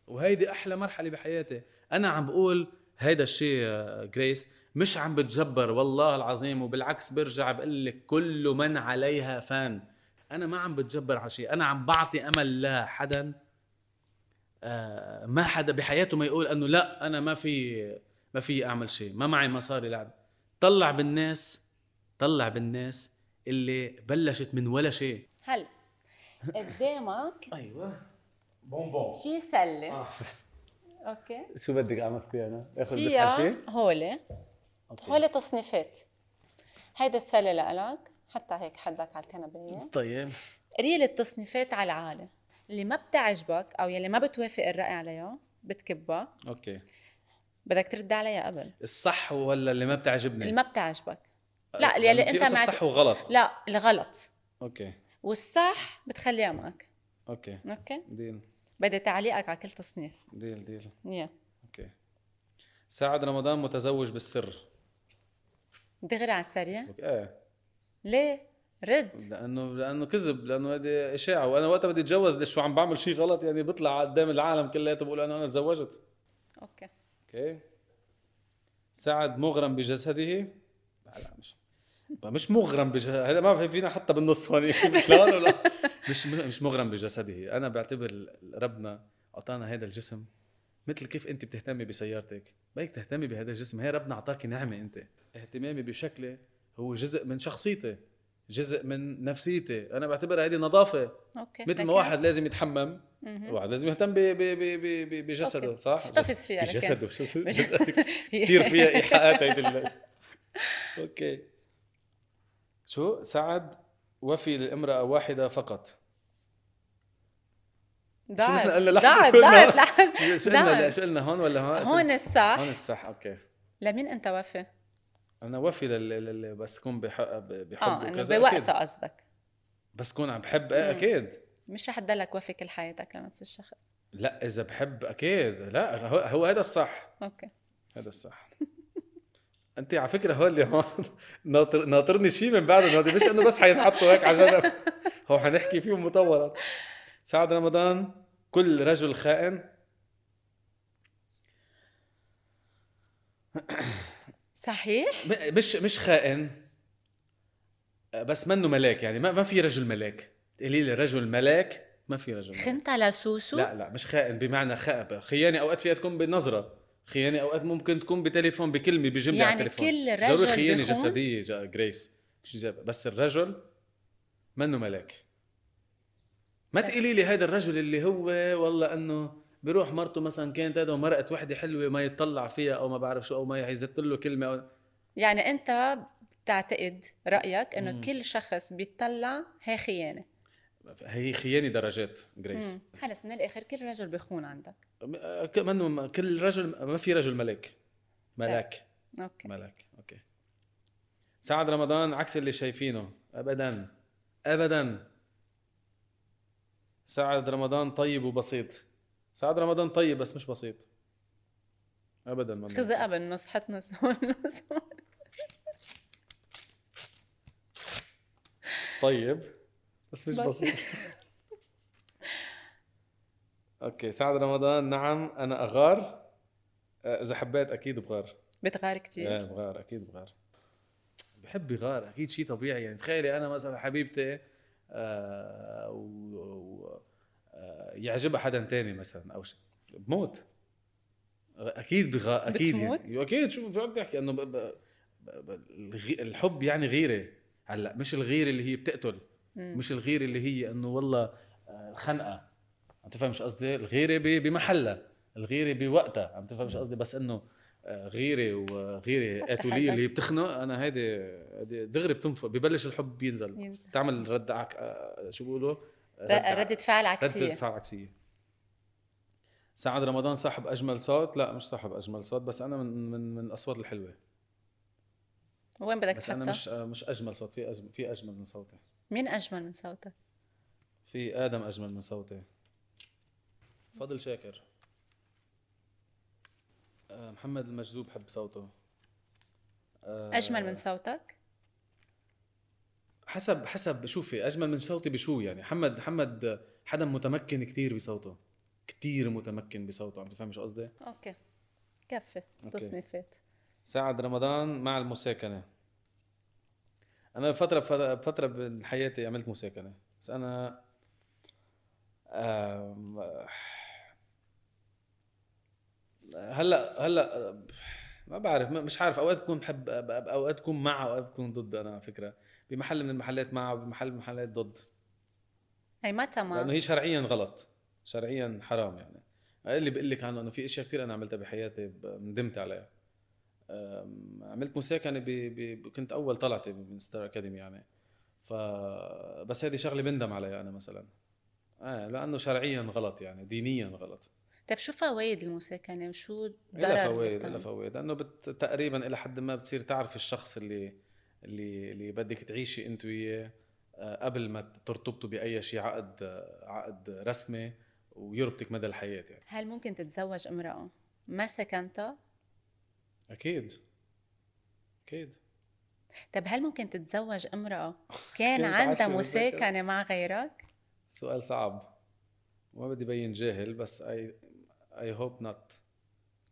S1: وهيدي احلى مرحله بحياتي انا عم بقول هيدا الشيء آه، جريس مش عم بتجبر والله العظيم وبالعكس برجع بقول لك كل من عليها فان انا ما عم بتجبر على شيء انا عم بعطي امل لحدا آه، ما حدا بحياته ما يقول انه لا انا ما في ما في اعمل شيء ما معي مصاري لعب طلع بالناس طلع بالناس اللي بلشت من ولا شيء
S2: هلا قدامك
S1: ايوه بونبون
S2: في
S1: آه.
S2: سله اوكي
S1: <laughs> شو بدك اعمل فيها انا؟ اخذ بس حرشي؟
S2: فيها هولة هولة تصنيفات هيدا السله لإلك حتى هيك حدك على الكنبه هي.
S1: طيب
S2: ريل التصنيفات على العالي اللي ما بتعجبك او يلي ما بتوافق الراي عليها بتكبها
S1: اوكي
S2: بدك ترد عليها قبل
S1: الصح ولا اللي ما
S2: اللي
S1: بتعجبني؟
S2: ما بتعجبك لا،
S1: لأنه
S2: يلي
S1: آه، يعني في
S2: أنت
S1: قصص
S2: معت-
S1: صح وغلط
S2: لا الغلط
S1: اوكي
S2: والصح بتخليها معك
S1: اوكي
S2: اوكي
S1: ديل
S2: بدي تعليقك على كل تصنيف
S1: ديل ديل
S2: يا
S1: اوكي سعد رمضان متزوج بالسر
S2: دغري على السريع
S1: أوكي. ايه
S2: ليه رد
S1: لانه لانه كذب لانه هذه اشاعه وانا وقتها بدي اتجوز ليش شو عم بعمل شيء غلط يعني بطلع قدام العالم كلياته بقول انه انا تزوجت
S2: اوكي
S1: اوكي سعد مغرم بجسده لا لا مش مش مغرم بجسده هلا ما في- فينا حتى بالنص هون <laughs> يمكن مش لهون ولا مش مش مغرم بجسده انا بعتبر ربنا اعطانا هذا الجسم مثل كيف انت بتهتمي بسيارتك بدك تهتمي بهذا الجسم هي ربنا اعطاكي نعمه انت اهتمامي بشكلي هو جزء من شخصيتي جزء من نفسيتي انا بعتبر هذه نظافه
S2: اوكي
S1: مثل ما
S2: لكن-
S1: واحد لازم يتحمم
S2: مهم.
S1: واحد لازم يهتم ب- ب- ب- ب- ب- بجسده
S2: أوكي.
S1: صح
S2: احتفظ فيها لكن. <laughs>
S1: بجسده شو اسمه؟
S2: بج-
S1: <laughs>
S2: <laughs>
S1: كثير فيها ايحاءات هيدي ال- اوكي شو سعد وفي لامراه واحده فقط
S2: ضاعت
S1: شو نحن قلنا لحظة،
S2: ضاعت
S1: شو قلنا؟
S2: ضاعت لحظة. <laughs>
S1: شو قلنا لا،
S2: ضاعت
S1: شو قلنا هون ولا هون
S2: نعم. هون الصح
S1: هون الصح اوكي
S2: لمين انت وافي؟
S1: انا وفي لل... لل... بس كون بحق... ب- بحب
S2: اه انه
S1: وكذا
S2: بوقتها
S1: أكيد.
S2: قصدك
S1: بس كون عم بحب إيه،
S2: مم.
S1: اكيد
S2: مش رح تضلك وافي كل حياتك لنفس الشخص
S1: لا اذا بحب اكيد لا هو, هو هذا الصح
S2: اوكي
S1: هذا الصح انت على فكره هو اللي هون ناطر ناطرني شيء من بعد هذا مش انه بس حينحطوا هيك على جنب هو حنحكي فيهم مطورا سعد رمضان كل رجل خائن
S2: صحيح
S1: م- مش مش خائن آه، بس منه ملاك يعني ما, ما في رجل ملاك تقولي لي رجل ملاك ما في رجل ملاك
S2: خنت لسوسو
S1: لا لا مش خائن بمعنى خائن خيانه اوقات فيها تكون بنظره خيانه اوقات ممكن تكون بتليفون بكلمه بجمله على
S2: يعني
S1: التليفون
S2: كل
S1: ضروري
S2: رجل
S1: خيانه
S2: بخون؟
S1: جسديه جا- جريس مش جاب- بس الرجل منه ملاك ما
S2: طيب.
S1: تقولي لي هذا الرجل اللي هو والله انه بيروح مرته مثلا كانت هذا ومرقت وحده حلوه ما يتطلع فيها او ما بعرف شو او ما يزت له كلمه أو
S2: يعني انت بتعتقد رايك
S1: مم.
S2: انه كل شخص بيطلع هي خيانه
S1: هي خيانه درجات جريس
S2: مم. خلص من الاخر كل رجل بخون عندك
S1: م- آه، ك- منه م- كل رجل ما في رجل ملاك
S2: طيب.
S1: ملك
S2: اوكي
S1: ملك اوكي سعد رمضان عكس اللي شايفينه ابدا ابدا سعد رمضان طيب وبسيط سعد رمضان طيب بس مش بسيط ابدا ما بنحكي.
S2: خزقة بالنص حط <laughs> نص هون نص هون
S1: طيب بس مش
S2: بس.
S1: بسيط <laughs> اوكي سعد رمضان نعم انا اغار آه، اذا حبيت اكيد بغار
S2: بتغار كتير
S1: ايه بغار اكيد بغار بحب يغار اكيد شيء طبيعي يعني تخيلي انا مثلا حبيبتي آه و... و... آه يعجبها حدا تاني مثلا او شيء بموت اكيد بغار اكيد
S2: بتموت؟
S1: يعني اكيد شو بتقعد تحكي انه ب... ب... ب... ب- الغي- الحب يعني غيره هلا مش الغيره اللي هي بتقتل
S2: مم.
S1: مش الغيره اللي هي انه والله آه، الخنقه عم تفهم شو قصدي الغيره ب- بمحلها الغيره بوقتها عم تفهم شو قصدي بس انه آه، غيره وغيره
S2: حتى
S1: قاتوليه
S2: حدك.
S1: اللي بتخنق انا هيدي هيدي دغري بتنفق ببلش الحب ينزل
S2: ينزل.
S1: بتعمل رد عك... آه، شو بيقولوا
S2: ر- ردة فعل عكسية
S1: ردة فعل عكسية سعد رمضان صاحب اجمل صوت لا مش صاحب اجمل صوت بس انا من من من الاصوات الحلوه
S2: وين بدك
S1: بس انا
S2: تحطها؟
S1: مش آه، مش اجمل صوت في أجمل في اجمل من صوتي
S2: مين أجمل من صوتك؟
S1: في ادم اجمل من صوتي فضل شاكر آه، محمد المجذوب بحب صوته آه،
S2: أجمل من صوتك؟
S1: حسب حسب شوفي اجمل من صوتي بشو يعني محمد محمد حدا متمكن كتير بصوته كتير متمكن بصوته عم تفهم شو قصدي
S2: أوكي كفي
S1: أوكي.
S2: تصنيفات
S1: سعد رمضان مع المساكنه انا بفتره بفتره من حياتي عملت مساكنه بس انا آم، هلا هلا ما بعرف ما- مش عارف اوقات بكون بحب أب- اوقات بكون مع اوقات بكون ضد انا على فكره بمحل من المحلات مع وبمحل من المحلات ضد
S2: هي ما
S1: لانه
S2: تمام
S1: هي شرعيا غلط شرعيا حرام يعني اللي بقول لك عنه انه في اشياء كثير انا عملتها بحياتي ب- ندمت عليها أم، عملت مساكنه ب... ب... كنت اول طلعتي من ستار اكاديمي يعني ف بس هذه شغله بندم عليها انا مثلا آه لانه شرعيا غلط يعني دينيا غلط
S2: طيب شو فوائد يعني المساكنة وشو
S1: إلها
S2: الضرر
S1: فوائد
S2: بالطعم؟
S1: إلها فوائد لانه بت... تقريبا الى حد ما بتصير تعرف الشخص اللي اللي اللي بدك تعيشي انت وياه آه، قبل ما ترتبطوا باي شيء عقد آه، عقد رسمي ويربطك مدى الحياه يعني
S2: هل ممكن تتزوج امرأة ما سكنتها؟
S1: اكيد اكيد
S2: طب طيب، هل ممكن تتزوج امرأة كان
S1: كانت
S2: عندها
S1: عايشة
S2: مساكنة
S1: بالمساكنة.
S2: مع غيرك؟
S1: سؤال صعب ما بدي بين جاهل بس اي اي هوب نوت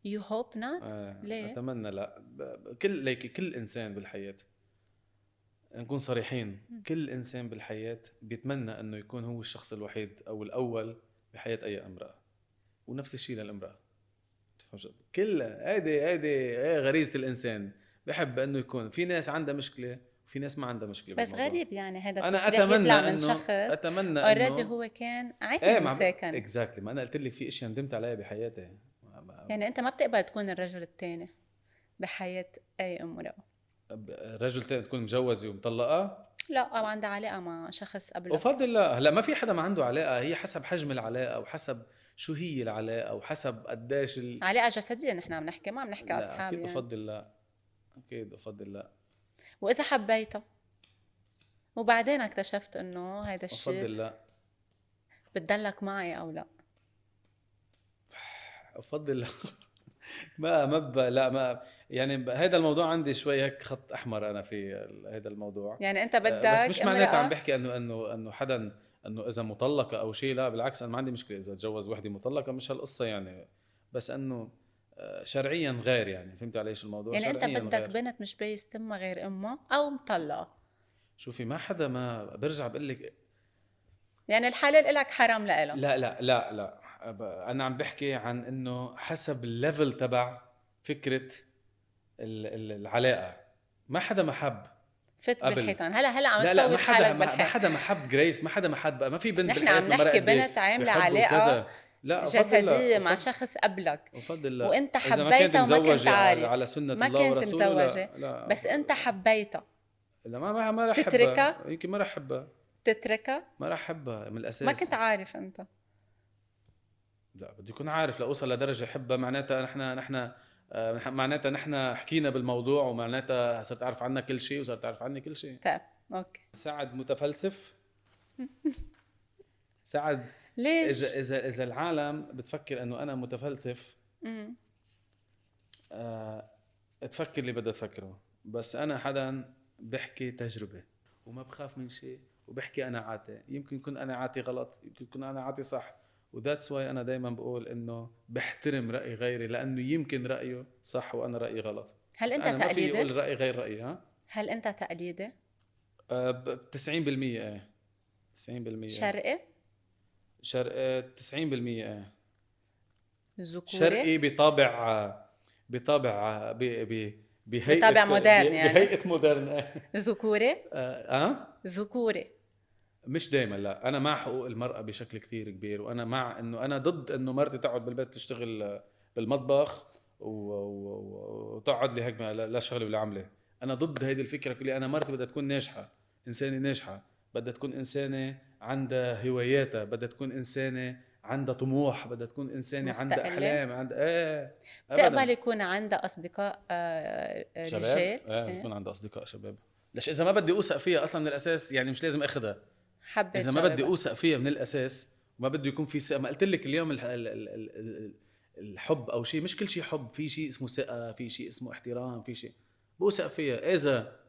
S2: يو هوب
S1: آه،
S2: نوت؟ ليه؟
S1: اتمنى لا ب- ب- كل ليك كل انسان بالحياه نكون صريحين
S2: مم.
S1: كل انسان بالحياه بيتمنى انه يكون هو الشخص الوحيد او الاول بحياه اي امراه ونفس الشيء للامراه تفهم شو كل هيدي هيدي هي غريزه الانسان بحب انه يكون في ناس عندها مشكله وفي ناس ما عندها مشكله
S2: بس
S1: بالموضوع.
S2: غريب يعني هذا
S1: انا
S2: التصريح
S1: اتمنى
S2: يطلع
S1: انه
S2: من شخص
S1: اتمنى
S2: اوريدي
S1: انه
S2: هو كان عايز
S1: ايه ما
S2: مساكنة
S1: اكزاكتلي ما انا قلت لك في اشياء ندمت عليها بحياتي ما- ما-
S2: يعني انت ما بتقبل تكون الرجل الثاني بحياة اي امرأة
S1: رجل تاني تكون مجوزه ومطلقه
S2: لا او عندها علاقة مع شخص قبل
S1: افضل لا هلا ما في حدا ما عنده علاقه هي حسب حجم العلاقه وحسب شو هي العلاقه وحسب قديش ال...
S2: علاقة جسدية نحن عم نحكي ما عم نحكي
S1: لا،
S2: اصحاب
S1: اكيد
S2: يعني
S1: افضل لا اكيد افضل لا
S2: واذا حبيتها وبعدين اكتشفت انه هذا الشيء
S1: افضل لا
S2: بتضلك معي او لا
S1: افضل لا <laughs> ما ما ب... لا ما يعني ب- هيدا الموضوع عندي شوي هيك خط احمر انا في ال- هيدا الموضوع
S2: يعني انت بدك
S1: آه، بس مش معناتها عم
S2: امرأة-
S1: بحكي انه انه انه حدا انه اذا مطلقه او شيء لا بالعكس انا ما عندي مشكله اذا اتجوز وحده مطلقه مش هالقصه يعني بس انه آه، شرعيا غير يعني فهمت علي شو الموضوع
S2: يعني انت
S1: شرعياً
S2: بدك
S1: غير.
S2: بنت مش بايس تمها غير امها او مطلقه
S1: شوفي ما حدا ما برجع بقول لك
S2: يعني الحلال الك حرام لإلها
S1: لا لا لا لا أب- انا عم بحكي عن انه حسب الليفل تبع فكره ال- ال- العلاقه ما حدا ما حب
S2: فت
S1: قبل.
S2: بالحيطان هلا هلا عم
S1: لا لا ما
S2: تصوت
S1: حدا
S2: حالك
S1: ما ما
S2: بالحيط
S1: حدا ما حب جريس ما حدا ما حب ما في بنت
S2: نحن
S1: بالحياة
S2: عم نحكي
S1: بمرق قد إيه؟
S2: بنت عامله
S1: بحبه
S2: علاقه
S1: وكذا. لا أفضل لا،
S2: جسديه مع
S1: أفضل-
S2: شخص قبلك
S1: أفضل لا
S2: وانت
S1: إذا ما كنت
S2: حبيتها وما كنت
S1: مزوجة على, على
S2: عارف
S1: سنة
S2: ما
S1: الله
S2: كنت
S1: ورسوله
S2: مزوجة،
S1: لا, لا
S2: بس انت حبيتها
S1: لا ما ما ما رح أحبها.
S2: تتركها؟
S1: يمكن ما رح أحبها
S2: تتركها
S1: ما رح أحبها من الأساس
S2: ما كنت عارف انت
S1: لا بدي أكون عارف لأوصل لدرجة أحبها معناتها نحن نحن آه، آه، معناتها نحن حكينا بالموضوع ومعناتها صرت اعرف عنها كل شيء وصرت اعرف عني كل شيء
S2: طيب اوكي
S1: سعد
S2: <laughs>
S1: متفلسف سعد
S2: ليش؟
S1: اذا اذا اذا العالم بتفكر انه انا متفلسف
S2: مم.
S1: آه، تفكر اللي بدها تفكره بس انا حدا بحكي تجربه وما بخاف من شيء وبحكي انا عاتي يمكن يكون انا عاتي غلط يمكن يكون انا عاتي صح وذاتس واي انا دائما بقول انه بحترم راي غيري لانه يمكن رايه صح وانا رايي غلط
S2: هل
S1: بس
S2: انت
S1: أنا ما فيي
S2: تقليدي؟
S1: اقول رايي غير رايي ها
S2: هل انت تقليدي؟
S1: آه، ب 90% ايه 90% شرقي
S2: شرقي؟
S1: شرقي 90% ايه
S2: ذكوري؟
S1: شرقي بطابع بطابع ب- ب- بهيئة
S2: بطابع مودرن
S1: ب-
S2: يعني.
S1: بهيئة مودرن آه،
S2: ذكوري؟
S1: اه
S2: ذكوري
S1: مش دائما لا انا مع حقوق المرأة بشكل كتير كبير وانا مع انه انا ضد انه مرتي تقعد بالبيت تشتغل آه، بالمطبخ و- و- و- وتقعد لي هيك ما- لا لا شغله ولا عمله انا ضد هيدي الفكرة كلها انا مرتي بدها تكون ناجحة انسانة ناجحة بدها تكون انسانة عندها هواياتها بدها تكون انسانة عندها طموح بدها تكون انسانة عندها
S2: مستقلة.
S1: احلام عندها ايه أبداً.
S2: بتقبل يكون عندها اصدقاء آه، آه،
S1: شباب
S2: رجال
S1: ايه
S2: إيه.
S1: بكون عندها اصدقاء شباب ليش اذا ما بدي اوثق فيها اصلا من الاساس يعني مش لازم اخذها
S2: حبيت
S1: اذا ما بدي
S2: شبابها.
S1: اوثق فيها من الاساس ما بده يكون في ثقه ما قلت لك اليوم الح... ال- ال- ال- ال- الحب او شيء مش كل شيء حب في شيء اسمه ثقه في شيء اسمه احترام في شيء بوثق فيها اذا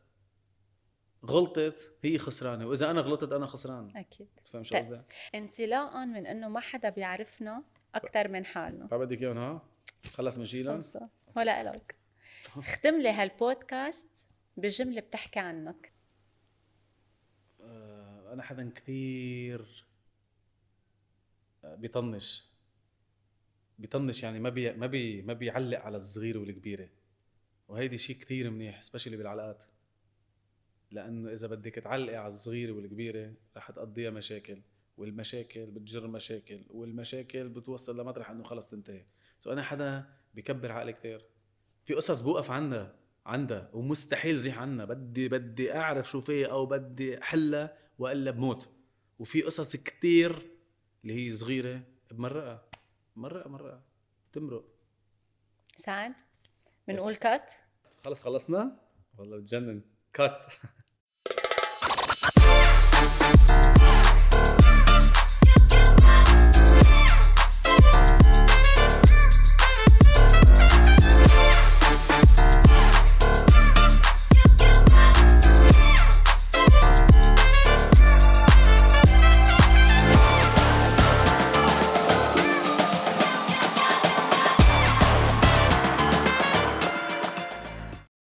S1: غلطت هي خسرانه واذا انا غلطت انا خسران
S2: اكيد
S1: تفهم شو
S2: طيب.
S1: قصدي؟
S2: انطلاقا من انه ما حدا بيعرفنا اكثر من حالنا
S1: ما بدك اياهم ها؟ خلص من شيلهم؟
S2: خلصة. ولا الك ختم لي هالبودكاست بجمله بتحكي عنك
S1: آه، انا حدا كثير آه، بيطنش بيطنش يعني ما بي ما بي ما بيعلق على الصغيره والكبيره وهيدي شيء كثير منيح سبيشلي بالعلاقات لانه اذا بدك تعلقي على الصغيره والكبيره رح تقضيها مشاكل والمشاكل بتجر مشاكل والمشاكل بتوصل لمطرح انه خلص تنتهي سو انا حدا بكبر عقلي كثير في قصص بوقف عندها عندها ومستحيل زيح عنها بدي بدي اعرف شو فيها او بدي احلها والا بموت وفي قصص كتير اللي هي صغيره بمرقها مرقها مرقها بتمرق
S2: سعد
S1: يس.
S2: بنقول كات
S1: خلص خلصنا والله بتجنن كات